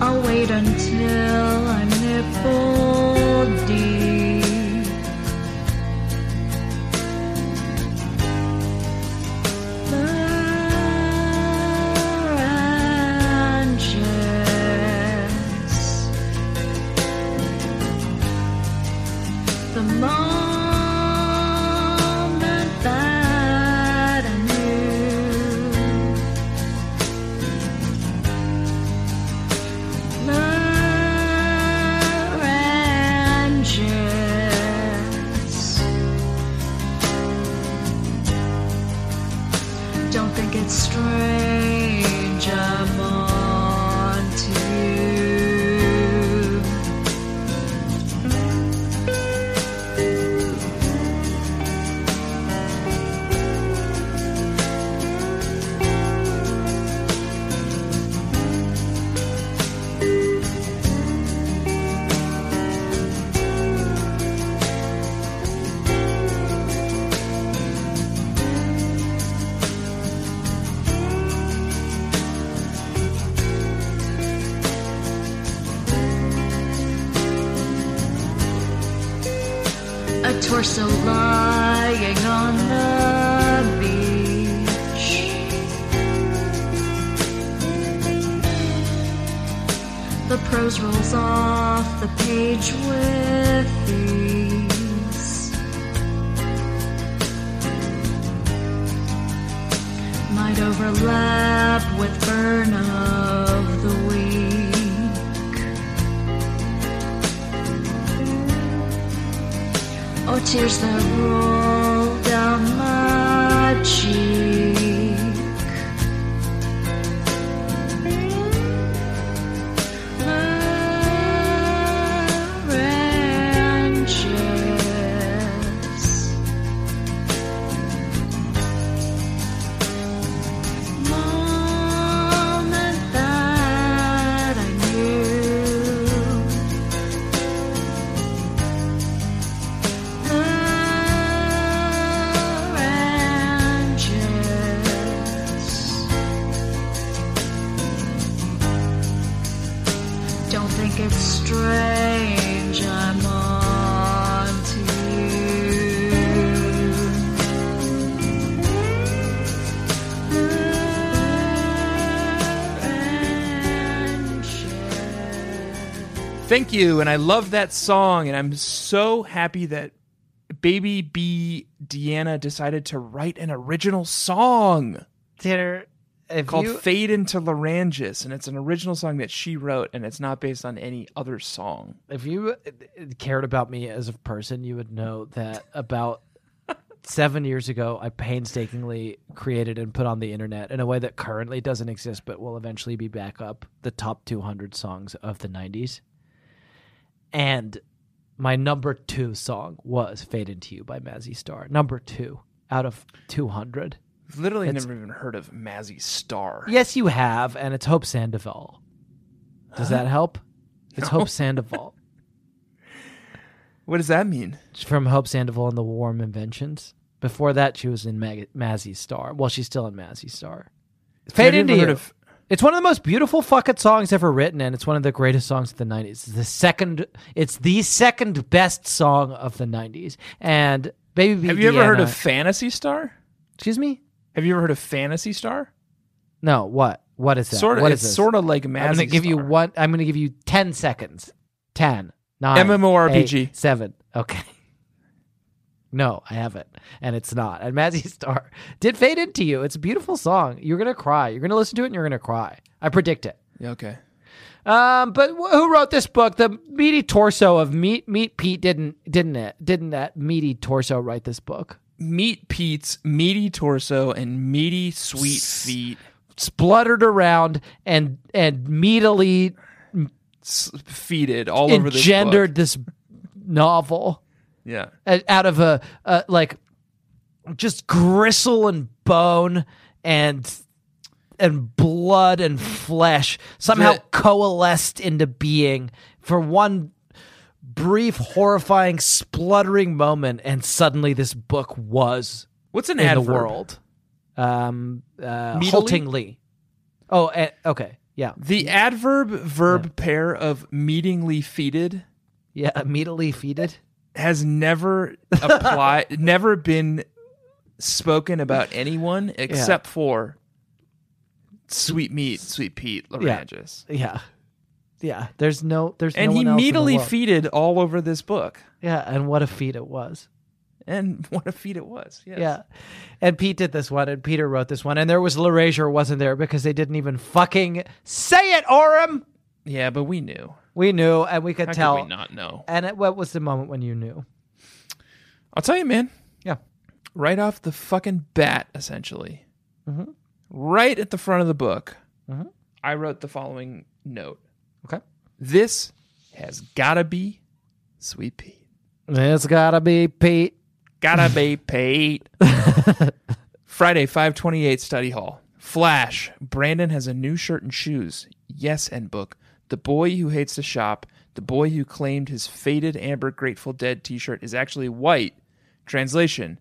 I'll wait until I'm nipple deep. Larynges. The moment that I knew Loranges. Don't think it's strange I'm on to you. a torso lying on the beach. The prose rolls off the page with ease. Might overlap with burn of the week. or Oh, tears that roll down my cheek. Larynges. Moment that I knew Oranges. thank you. And I love that song. And I'm so happy that Baby B Deanna decided to write an original song Tanner, if called you, Fade into Laryngus. And it's an original song that she wrote, and it's not based on any other song. if you uh, cared about me as a person, you would know that about seven years ago, I painstakingly created and put on the internet in a way that currently doesn't exist, but will eventually be back up the top 200 songs of the 90s. And my number two song was Fade Into You by Mazzy Star. Number two out of 200. I've literally never even heard of Mazzy Star. Yes, you have, and it's Hope Sandoval. Does that help? It's Hope Sandoval. What does that mean? She's from Hope Sandoval and the Warm Inventions. Before that, she was in Mag- Mazzy Star. Well, she's still in Mazzy Star. Fade I've into never you. heard of- it's one of the most beautiful fucking songs ever written, and it's one of the greatest songs of the '90s. It's the second, it's the second best song of the '90s. And baby, B Have you ever heard Deanna- of Fantasy Star? Excuse me? Have you ever heard of Fantasy Star? No. What? What is that? Sort of. What is It's this? sort of like Mazzy I'm gonna give you Star. one. I'm gonna give you ten seconds. Ten. Nine. MMORPG. eight, seven. Okay. No, I haven't, and it's not. And Mazzy Star did fade into you. It's a beautiful song. You're gonna cry. You're gonna listen to it, and you're gonna cry. I predict it. Yeah, Okay. Um, but wh- who wrote this book? The meaty torso of Meat Meat Pete didn't didn't it didn't that meaty torso write this book? Meat Pete's meaty torso and meaty sweet feet Spluttered around and and meatily s- feeded all over this book. engendered this novel. Yeah. uh, out of a, a like just gristle and bone and and blood and flesh somehow The- coalesced into being for one brief horrifying spluttering moment and suddenly this book was What's an in adverb? the world um uh Meatily? haltingly oh eh, okay yeah The adverb verb pair of meetingly feeded yeah immediately feeded has never applied, never been spoken about anyone except for Sweet Meat, Sweet Pete, Larangis. yeah yeah there's no there's And no he one else in the meatily world. feeded all over this book. yeah and what a feat it was And what a feat it was. Yes. Yeah. And Pete did this one, and Peter wrote this one, and there was Lerazier wasn't there because they didn't even fucking say it, Orem. Yeah, but we knew. We knew, and we could How tell. could we not know? And it, what was the moment when you knew? I'll tell you, man. Yeah. Right off the fucking bat, essentially. Right at the front of the book, I wrote the following note. Okay. This has gotta be Sweet Pete. It's gotta be Pete. Gotta be Pete. Friday, 528 Study Hall. Flash. Brandon has a new shirt and shoes. Yes, and book. The boy who hates to shop. The boy who claimed his faded amber Grateful Dead t shirt is actually white. Translation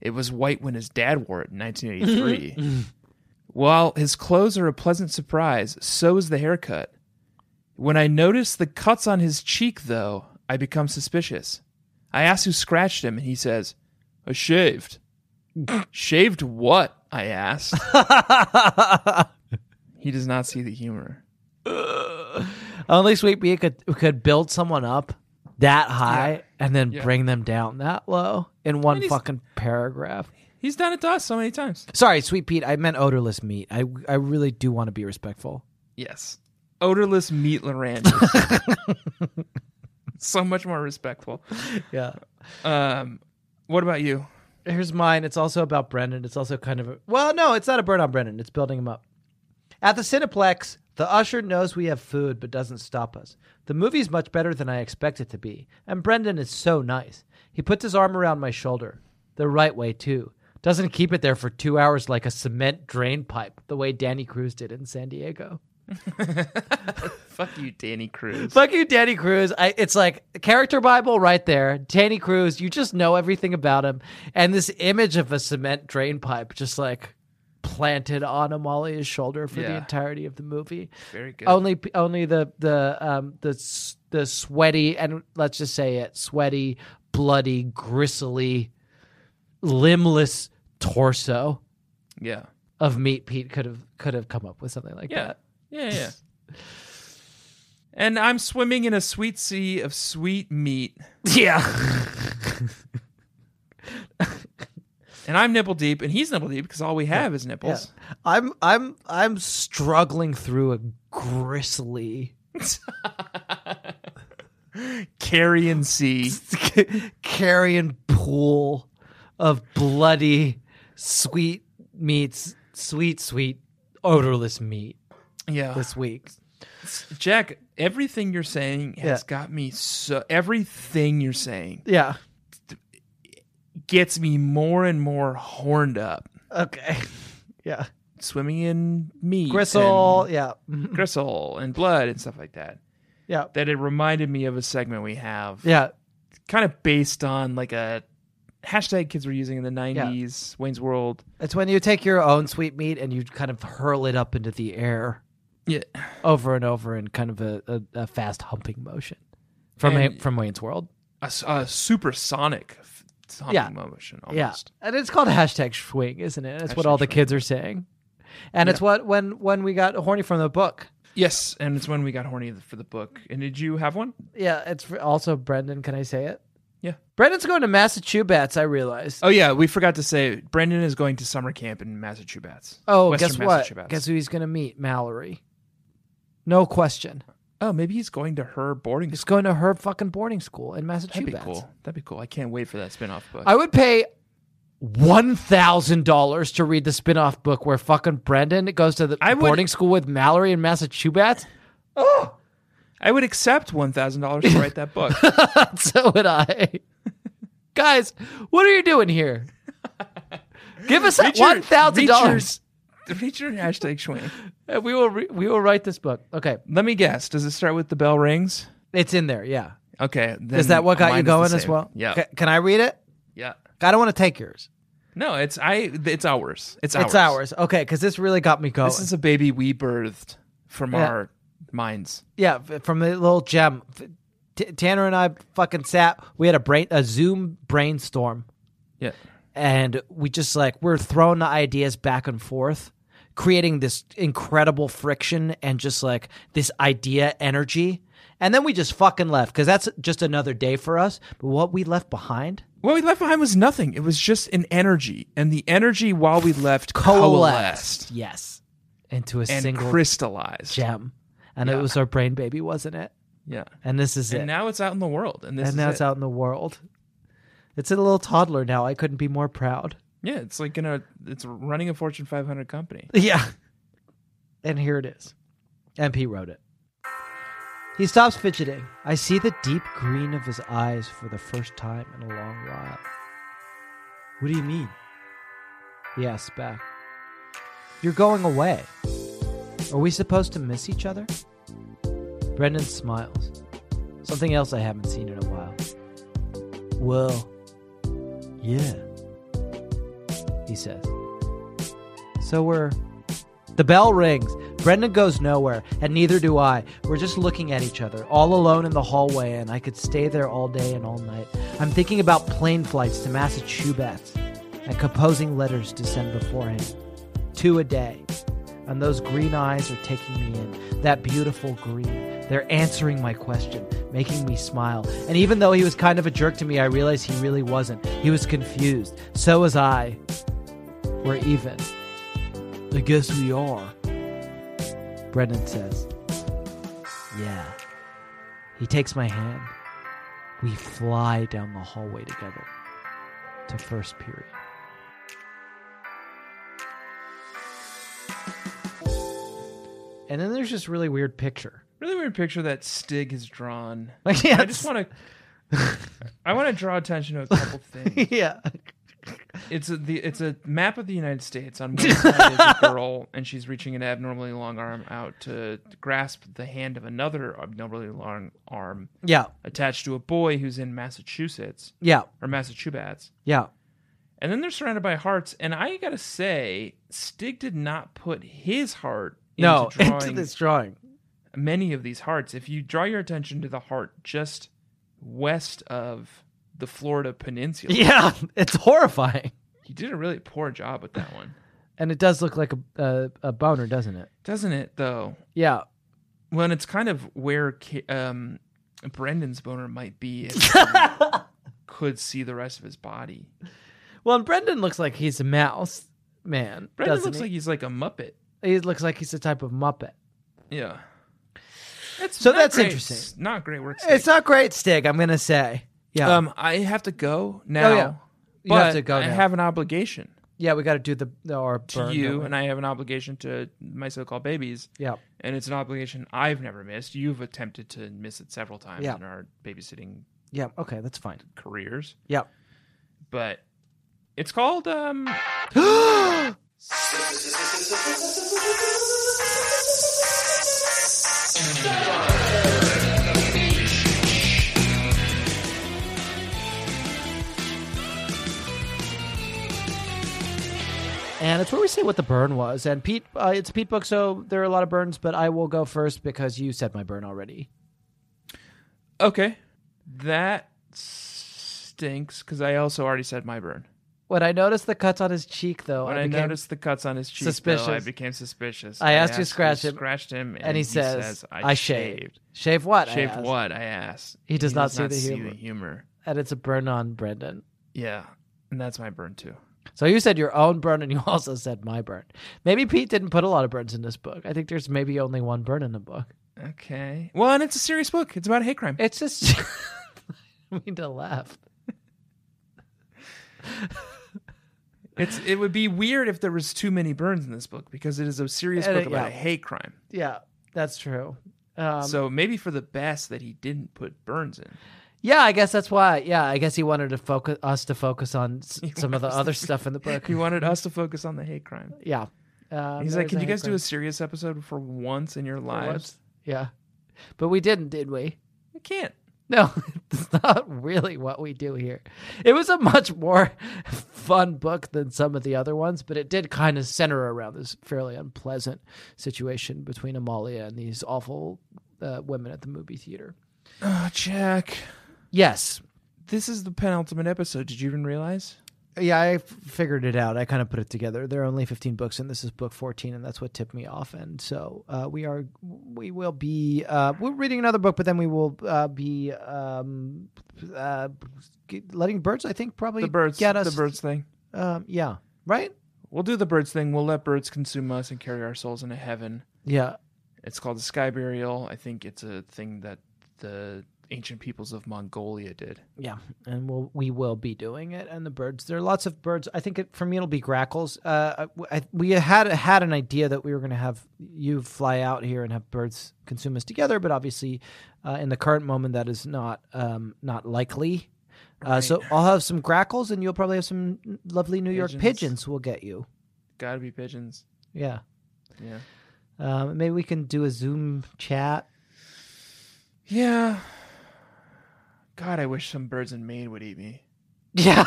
It was white when his dad wore it in 1983. While his clothes are a pleasant surprise, so is the haircut. When I notice the cuts on his cheek, though, I become suspicious. I ask who scratched him, and he says, I shaved. shaved what? I asked. he does not see the humor. Only Sweet Pete could, could build someone up that high and then bring them down that low in one he's- fucking paragraph. He's done it to us so many times. Sorry, Sweet Pete, I meant odorless meat. I, I really do want to be respectful. Yes. Odorless meat Lorange. so much more respectful. Yeah. Um, what about you? Here's mine. It's also about Brendan. It's also kind of a, well, no, it's not a burn on Brendan. It's building him up. At the Cineplex, the usher knows we have food but doesn't stop us. The movie's much better than I expect it to be, and Brendan is so nice. He puts his arm around my shoulder, the right way too. Doesn't keep it there for two hours like a cement drain pipe, the way Danny Cruz did in San Diego. Fuck you, Danny Cruz. Fuck you, Danny Cruz. I, it's like character Bible right there. Danny Cruz, you just know everything about him. And this image of a cement drain pipe just like planted on Amalia's shoulder for the Yeah. entirety of the movie. Very good. Only, only the the um the s- the sweaty and let's just say it sweaty, bloody, gristly, limbless torso Yeah. of Meat Pete could have could have come up with something like Yeah. that. Yeah, yeah. And I'm swimming in a sweet sea of sweet meat. Yeah. And I'm nipple deep, and he's nipple deep because all we have is nipples. I'm I'm I'm struggling through a gristly Carrion sea. carrion pool of bloody sweet meats, sweet sweet odorless meat Yeah. this week. Jack, everything you're saying has Yeah. got me so. Everything you're saying Yeah. gets me more and more horned up. Okay. Yeah. Swimming in meat, Gristle, yeah. Mm-hmm. and gristle, and blood and stuff like that. Yeah. That it reminded me of a segment we have, Yeah. kind of based on like a hashtag kids were using in the '90s, Wayne's World. It's when you take your own sweet meat and you kind of hurl it up into the air Yeah, over and over in kind of a, a, a fast humping motion from a, And- from Wayne's World. a, s- a supersonic f- sonic Yeah. motion Yeah, almost. and it's called hashtag swing, isn't it? It's what Hashtag all the swing. kids are saying, and it's what when when we got horny from the book. Yes, and it's when we got horny for the book. And did you have one? Yeah, it's for, also Brendan. Can I say it? Yeah. Brendan's going to Massachusetts. I realized. Oh yeah, we forgot to say Brendan is going to summer camp in Massachusetts. Oh, Western guess what? Massachusetts. Guess who he's going to meet? Mallory. No question. Oh, maybe he's going to her boarding He's school. going to her fucking boarding school in That'd Massachusetts. be cool. That'd be cool. I can't wait for that spinoff book. I would pay one thousand dollars to read the spin-off book where fucking Brendan goes to the I would- Oh, boarding school with Mallory in Massachusetts. I would accept one thousand dollars to write that book. so would I. Guys, what are you doing here? Give us Read your- one thousand dollars, read your- Read your hashtag Schwing. and we will re- we will write this book. Okay, Let me guess. Does it start with the bell rings? it's in there. Yeah, Okay. Then is that what got mine you is the going as same. well? Yeah. Ca- can I read it? Yeah. I don't want to take yours. No, it's I. It's ours. It's ours. It's ours. Okay, because this really got me going. This is a baby we birthed from Yeah. our minds. yeah, f- from the little gem. F- T- Tanner and I fucking sat. We had a brain a Zoom brainstorm. Yeah. and we just like we're throwing the ideas back and forth creating this incredible friction and just like this idea energy and then we just fucking left because that's just another day for us but what we left behind What we left behind was nothing. It was just an energy, and the energy while we left coalesced coalesced, yes into a and single crystallized. gem and it Yeah. was our brain baby wasn't it Yeah. and this is it And now it's out in the world, and this and is now it's it. out in the world it's a little toddler now i couldn't be more proud Yeah, it's like in a it's running a Fortune 500 company. Yeah. And here it is. MP wrote it. He stops fidgeting. I see the deep green of his eyes for the first time in a long while. What do you mean? He asks back. You're going away. Are we supposed to miss each other? Brendan smiles. Something else I haven't seen in a while. Well, yeah, he says. So we're. The bell rings. Brendan goes nowhere, and neither do I. We're just looking at each other, all alone in the hallway, and I could stay there all day and all night. I'm thinking about plane flights to Massachusetts and composing letters to send before him. Two a day. And those green eyes are taking me in. That beautiful green. They're answering my question, making me smile. And even though he was kind of a jerk to me, I realized he really wasn't. He was confused. So was I. We're even. I guess we are. Brendan says. Yeah. He takes my hand. We fly down the hallway together to first period. And then there's this really weird picture. Really weird picture that Stig has drawn. Like, yeah, I just want to I want to draw attention to a couple things. yeah, It's a the it's a map of the United States. On one side is a girl, and she's reaching an abnormally long arm out to grasp the hand of another abnormally long arm yeah, attached to a boy who's in Massachusetts yeah, or Massachusetts. yeah. And then they're surrounded by hearts. And I gotta say, Stig did not put his heart into No, drawing into this drawing. many of these hearts. If you draw your attention to the heart just west of the Florida Peninsula, Yeah, it's horrifying, he did a really poor job with that one, and it does look like a a, a boner, doesn't it? doesn't it? Though Yeah, Well, and it's kind of where Ki- um, Brendan's boner might be. If you could see the rest of his body. Well, and Brendan looks like he's a mouse man. Brendan doesn't looks he? like he's like a muppet. he looks like he's a type of Muppet. Yeah. That's So not that's great. interesting. It's Not great work. It's not great, Stig. I'm gonna say. Yeah, Um, I have to go now. Oh, yeah. You but have to go I now. have an obligation yeah. We got to do the, the our to you, and I have an obligation to my so-called babies. yeah. And it's an obligation I've never missed. You've attempted to miss it several times Yeah. in our babysitting Yeah. Okay, that's fine. careers, Yeah. but it's called um. And it's where we say what the burn was. And Pete, uh, it's a Pete book, so there are a lot of burns, but I will go first because you said my burn already. Okay, that stinks because I also already said my burn. When I noticed the cuts on his cheek, though, When I, I became, noticed the cuts on his cheek, suspicious. though, I became suspicious. I asked you to who scratch him, Scratched him, and, and he, says, "I shaved. Shave what? I Shaved asked. what? I asked. He does not see the humor. humor. And it's a burn on Brendan. Yeah, and that's my burn too. So you said your own burn, and you also said my burn. Maybe Pete didn't put a lot of burns in this book. I think there's maybe only one burn in the book. Okay. Well, and it's a serious book. It's about a hate crime. It's just I mean to laugh. It's it would be weird if there was too many burns in this book because it is a serious And book it- about a yeah. hate crime. Yeah, that's true. Um, so maybe for the best that he didn't put burns in. yeah, I guess that's why. Yeah, I guess he wanted to focus us to focus on s- some of the other stuff in the book. He wanted us to focus on the hate crime. Yeah. Um, He's there like, was "Can a you guys hate do a serious episode for once in your crime. lives?" Yeah, but we didn't, did we? I can't. No, it's not really what we do here. It was a much more fun book than some of the other ones, but it did kind of center around this fairly unpleasant situation between Amalia and these awful uh, women at the movie theater. Oh, Jack. Yes. This is the penultimate episode. Did you even realize? Yeah, I f- figured it out. I kind of put it together. There are only 15 books, and this is book 14, and that's what tipped me off. And so uh, we are, we will be, uh, we're reading another book, but then we will uh, be um, uh, g- letting birds, I think, probably The birds. get us The birds thing. Um, yeah. Right? We'll do the birds thing. We'll let birds consume us and carry our souls into heaven. Yeah. It's called the sky burial. I think it's a thing that the ancient peoples of Mongolia did. Yeah. And we'll, we will be doing it. And the birds, there are lots of birds. I think it, for me, it'll be grackles. Uh, I, we had had an idea that we were going to have you fly out here and have birds consume us together. But obviously, uh, in the current moment, that is not, um, not likely. Uh, so I'll have some grackles and you'll probably have some lovely New York Pigeons. pigeons we'll get you. Gotta be pigeons. Yeah. Yeah. Um, maybe we can do a Zoom chat. Yeah. God, I wish some birds in Maine would eat me. Yeah.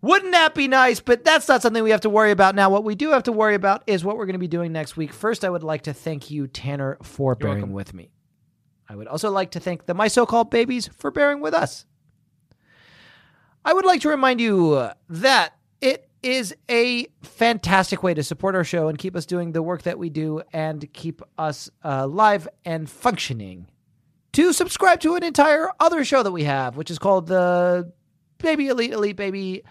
Wouldn't that be nice? But that's not something we have to worry about now. What we do have to worry about is what we're going to be doing next week. First, I would like to thank you, Tanner, for bearing welcome. with me. I would also like to thank the My So Called Babies for bearing with us. I would like to remind you uh, that it is a fantastic way to support our show and keep us doing the work that we do and keep us uh, live and functioning to subscribe to an entire other show that we have, which is called the Baby Elite Elite Baby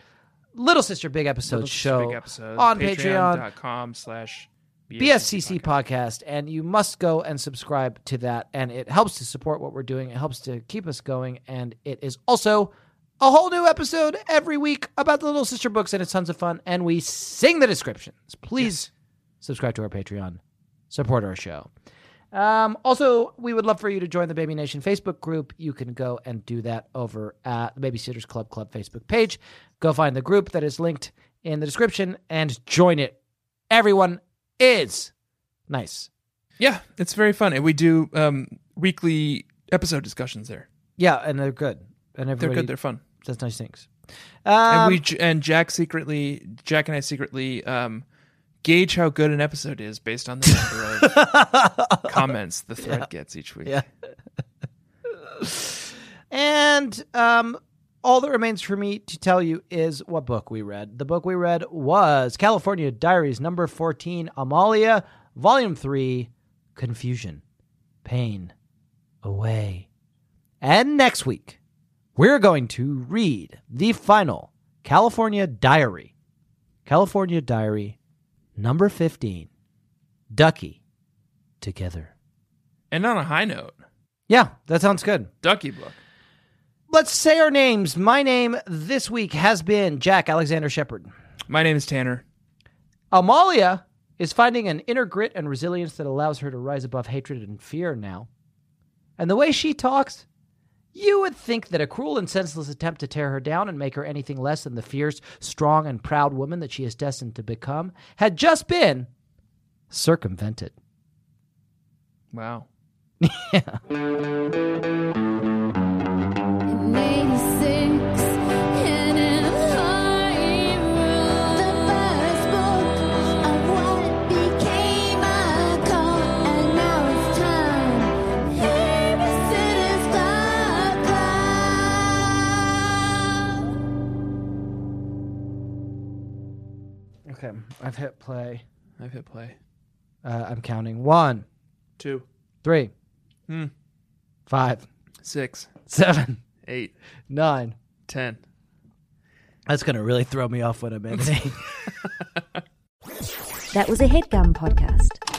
Little Sister Big Episode Little Show Big episode. E on Patreon Patreon.com slash BSCC podcast, and you must go and subscribe to that. And it helps to support what we're doing. It helps to keep us going, and it is also a whole new episode every week about the Little Sister books, and it's tons of fun. And we sing the descriptions. Please subscribe to our Patreon, support our show. Um, also, we would love for you to join the Baby Nation Facebook group. You can go and do that over at the Babysitters Club Club Facebook page. Go find the group that is linked in the description and join it. Everyone is nice. Yeah, it's very fun. And we do um, weekly episode discussions there. Yeah, and they're good. And They're everybody good. They're fun. does nice things. and Um, we j- and Jack secretly, Jack and I secretly um, gauge how good an episode is based on the number of comments the thread gets each week. and um, all that remains for me to tell you is what book we read. The book we read was California Diaries number 14, Amalia, volume 3, Confusion, Pain, Away. And next week, we're going to read the final California Diary. California Diary number 15, Ducky Together. And on a high note, Yeah, that sounds good. Ducky book. Let's say our names. My name this week has been Jack Alexander Shepard. My name is Tanner. Amalia is finding an inner grit and resilience that allows her to rise above hatred and fear now. And the way she talks, you would think that a cruel and senseless attempt to tear her down and make her anything less than the fierce, strong, and proud woman that she is destined to become had just been circumvented. Wow. In 86, in an the first book of what became a cult, and now it's time. Here is Sinister Cloud. Okay, I've hit play. I've hit play. Uh, I'm counting one, Two, three, Hmm. five, six, seven, eight, nine. ten. That's going to really throw me off when I'm editing. That was a headgum podcast.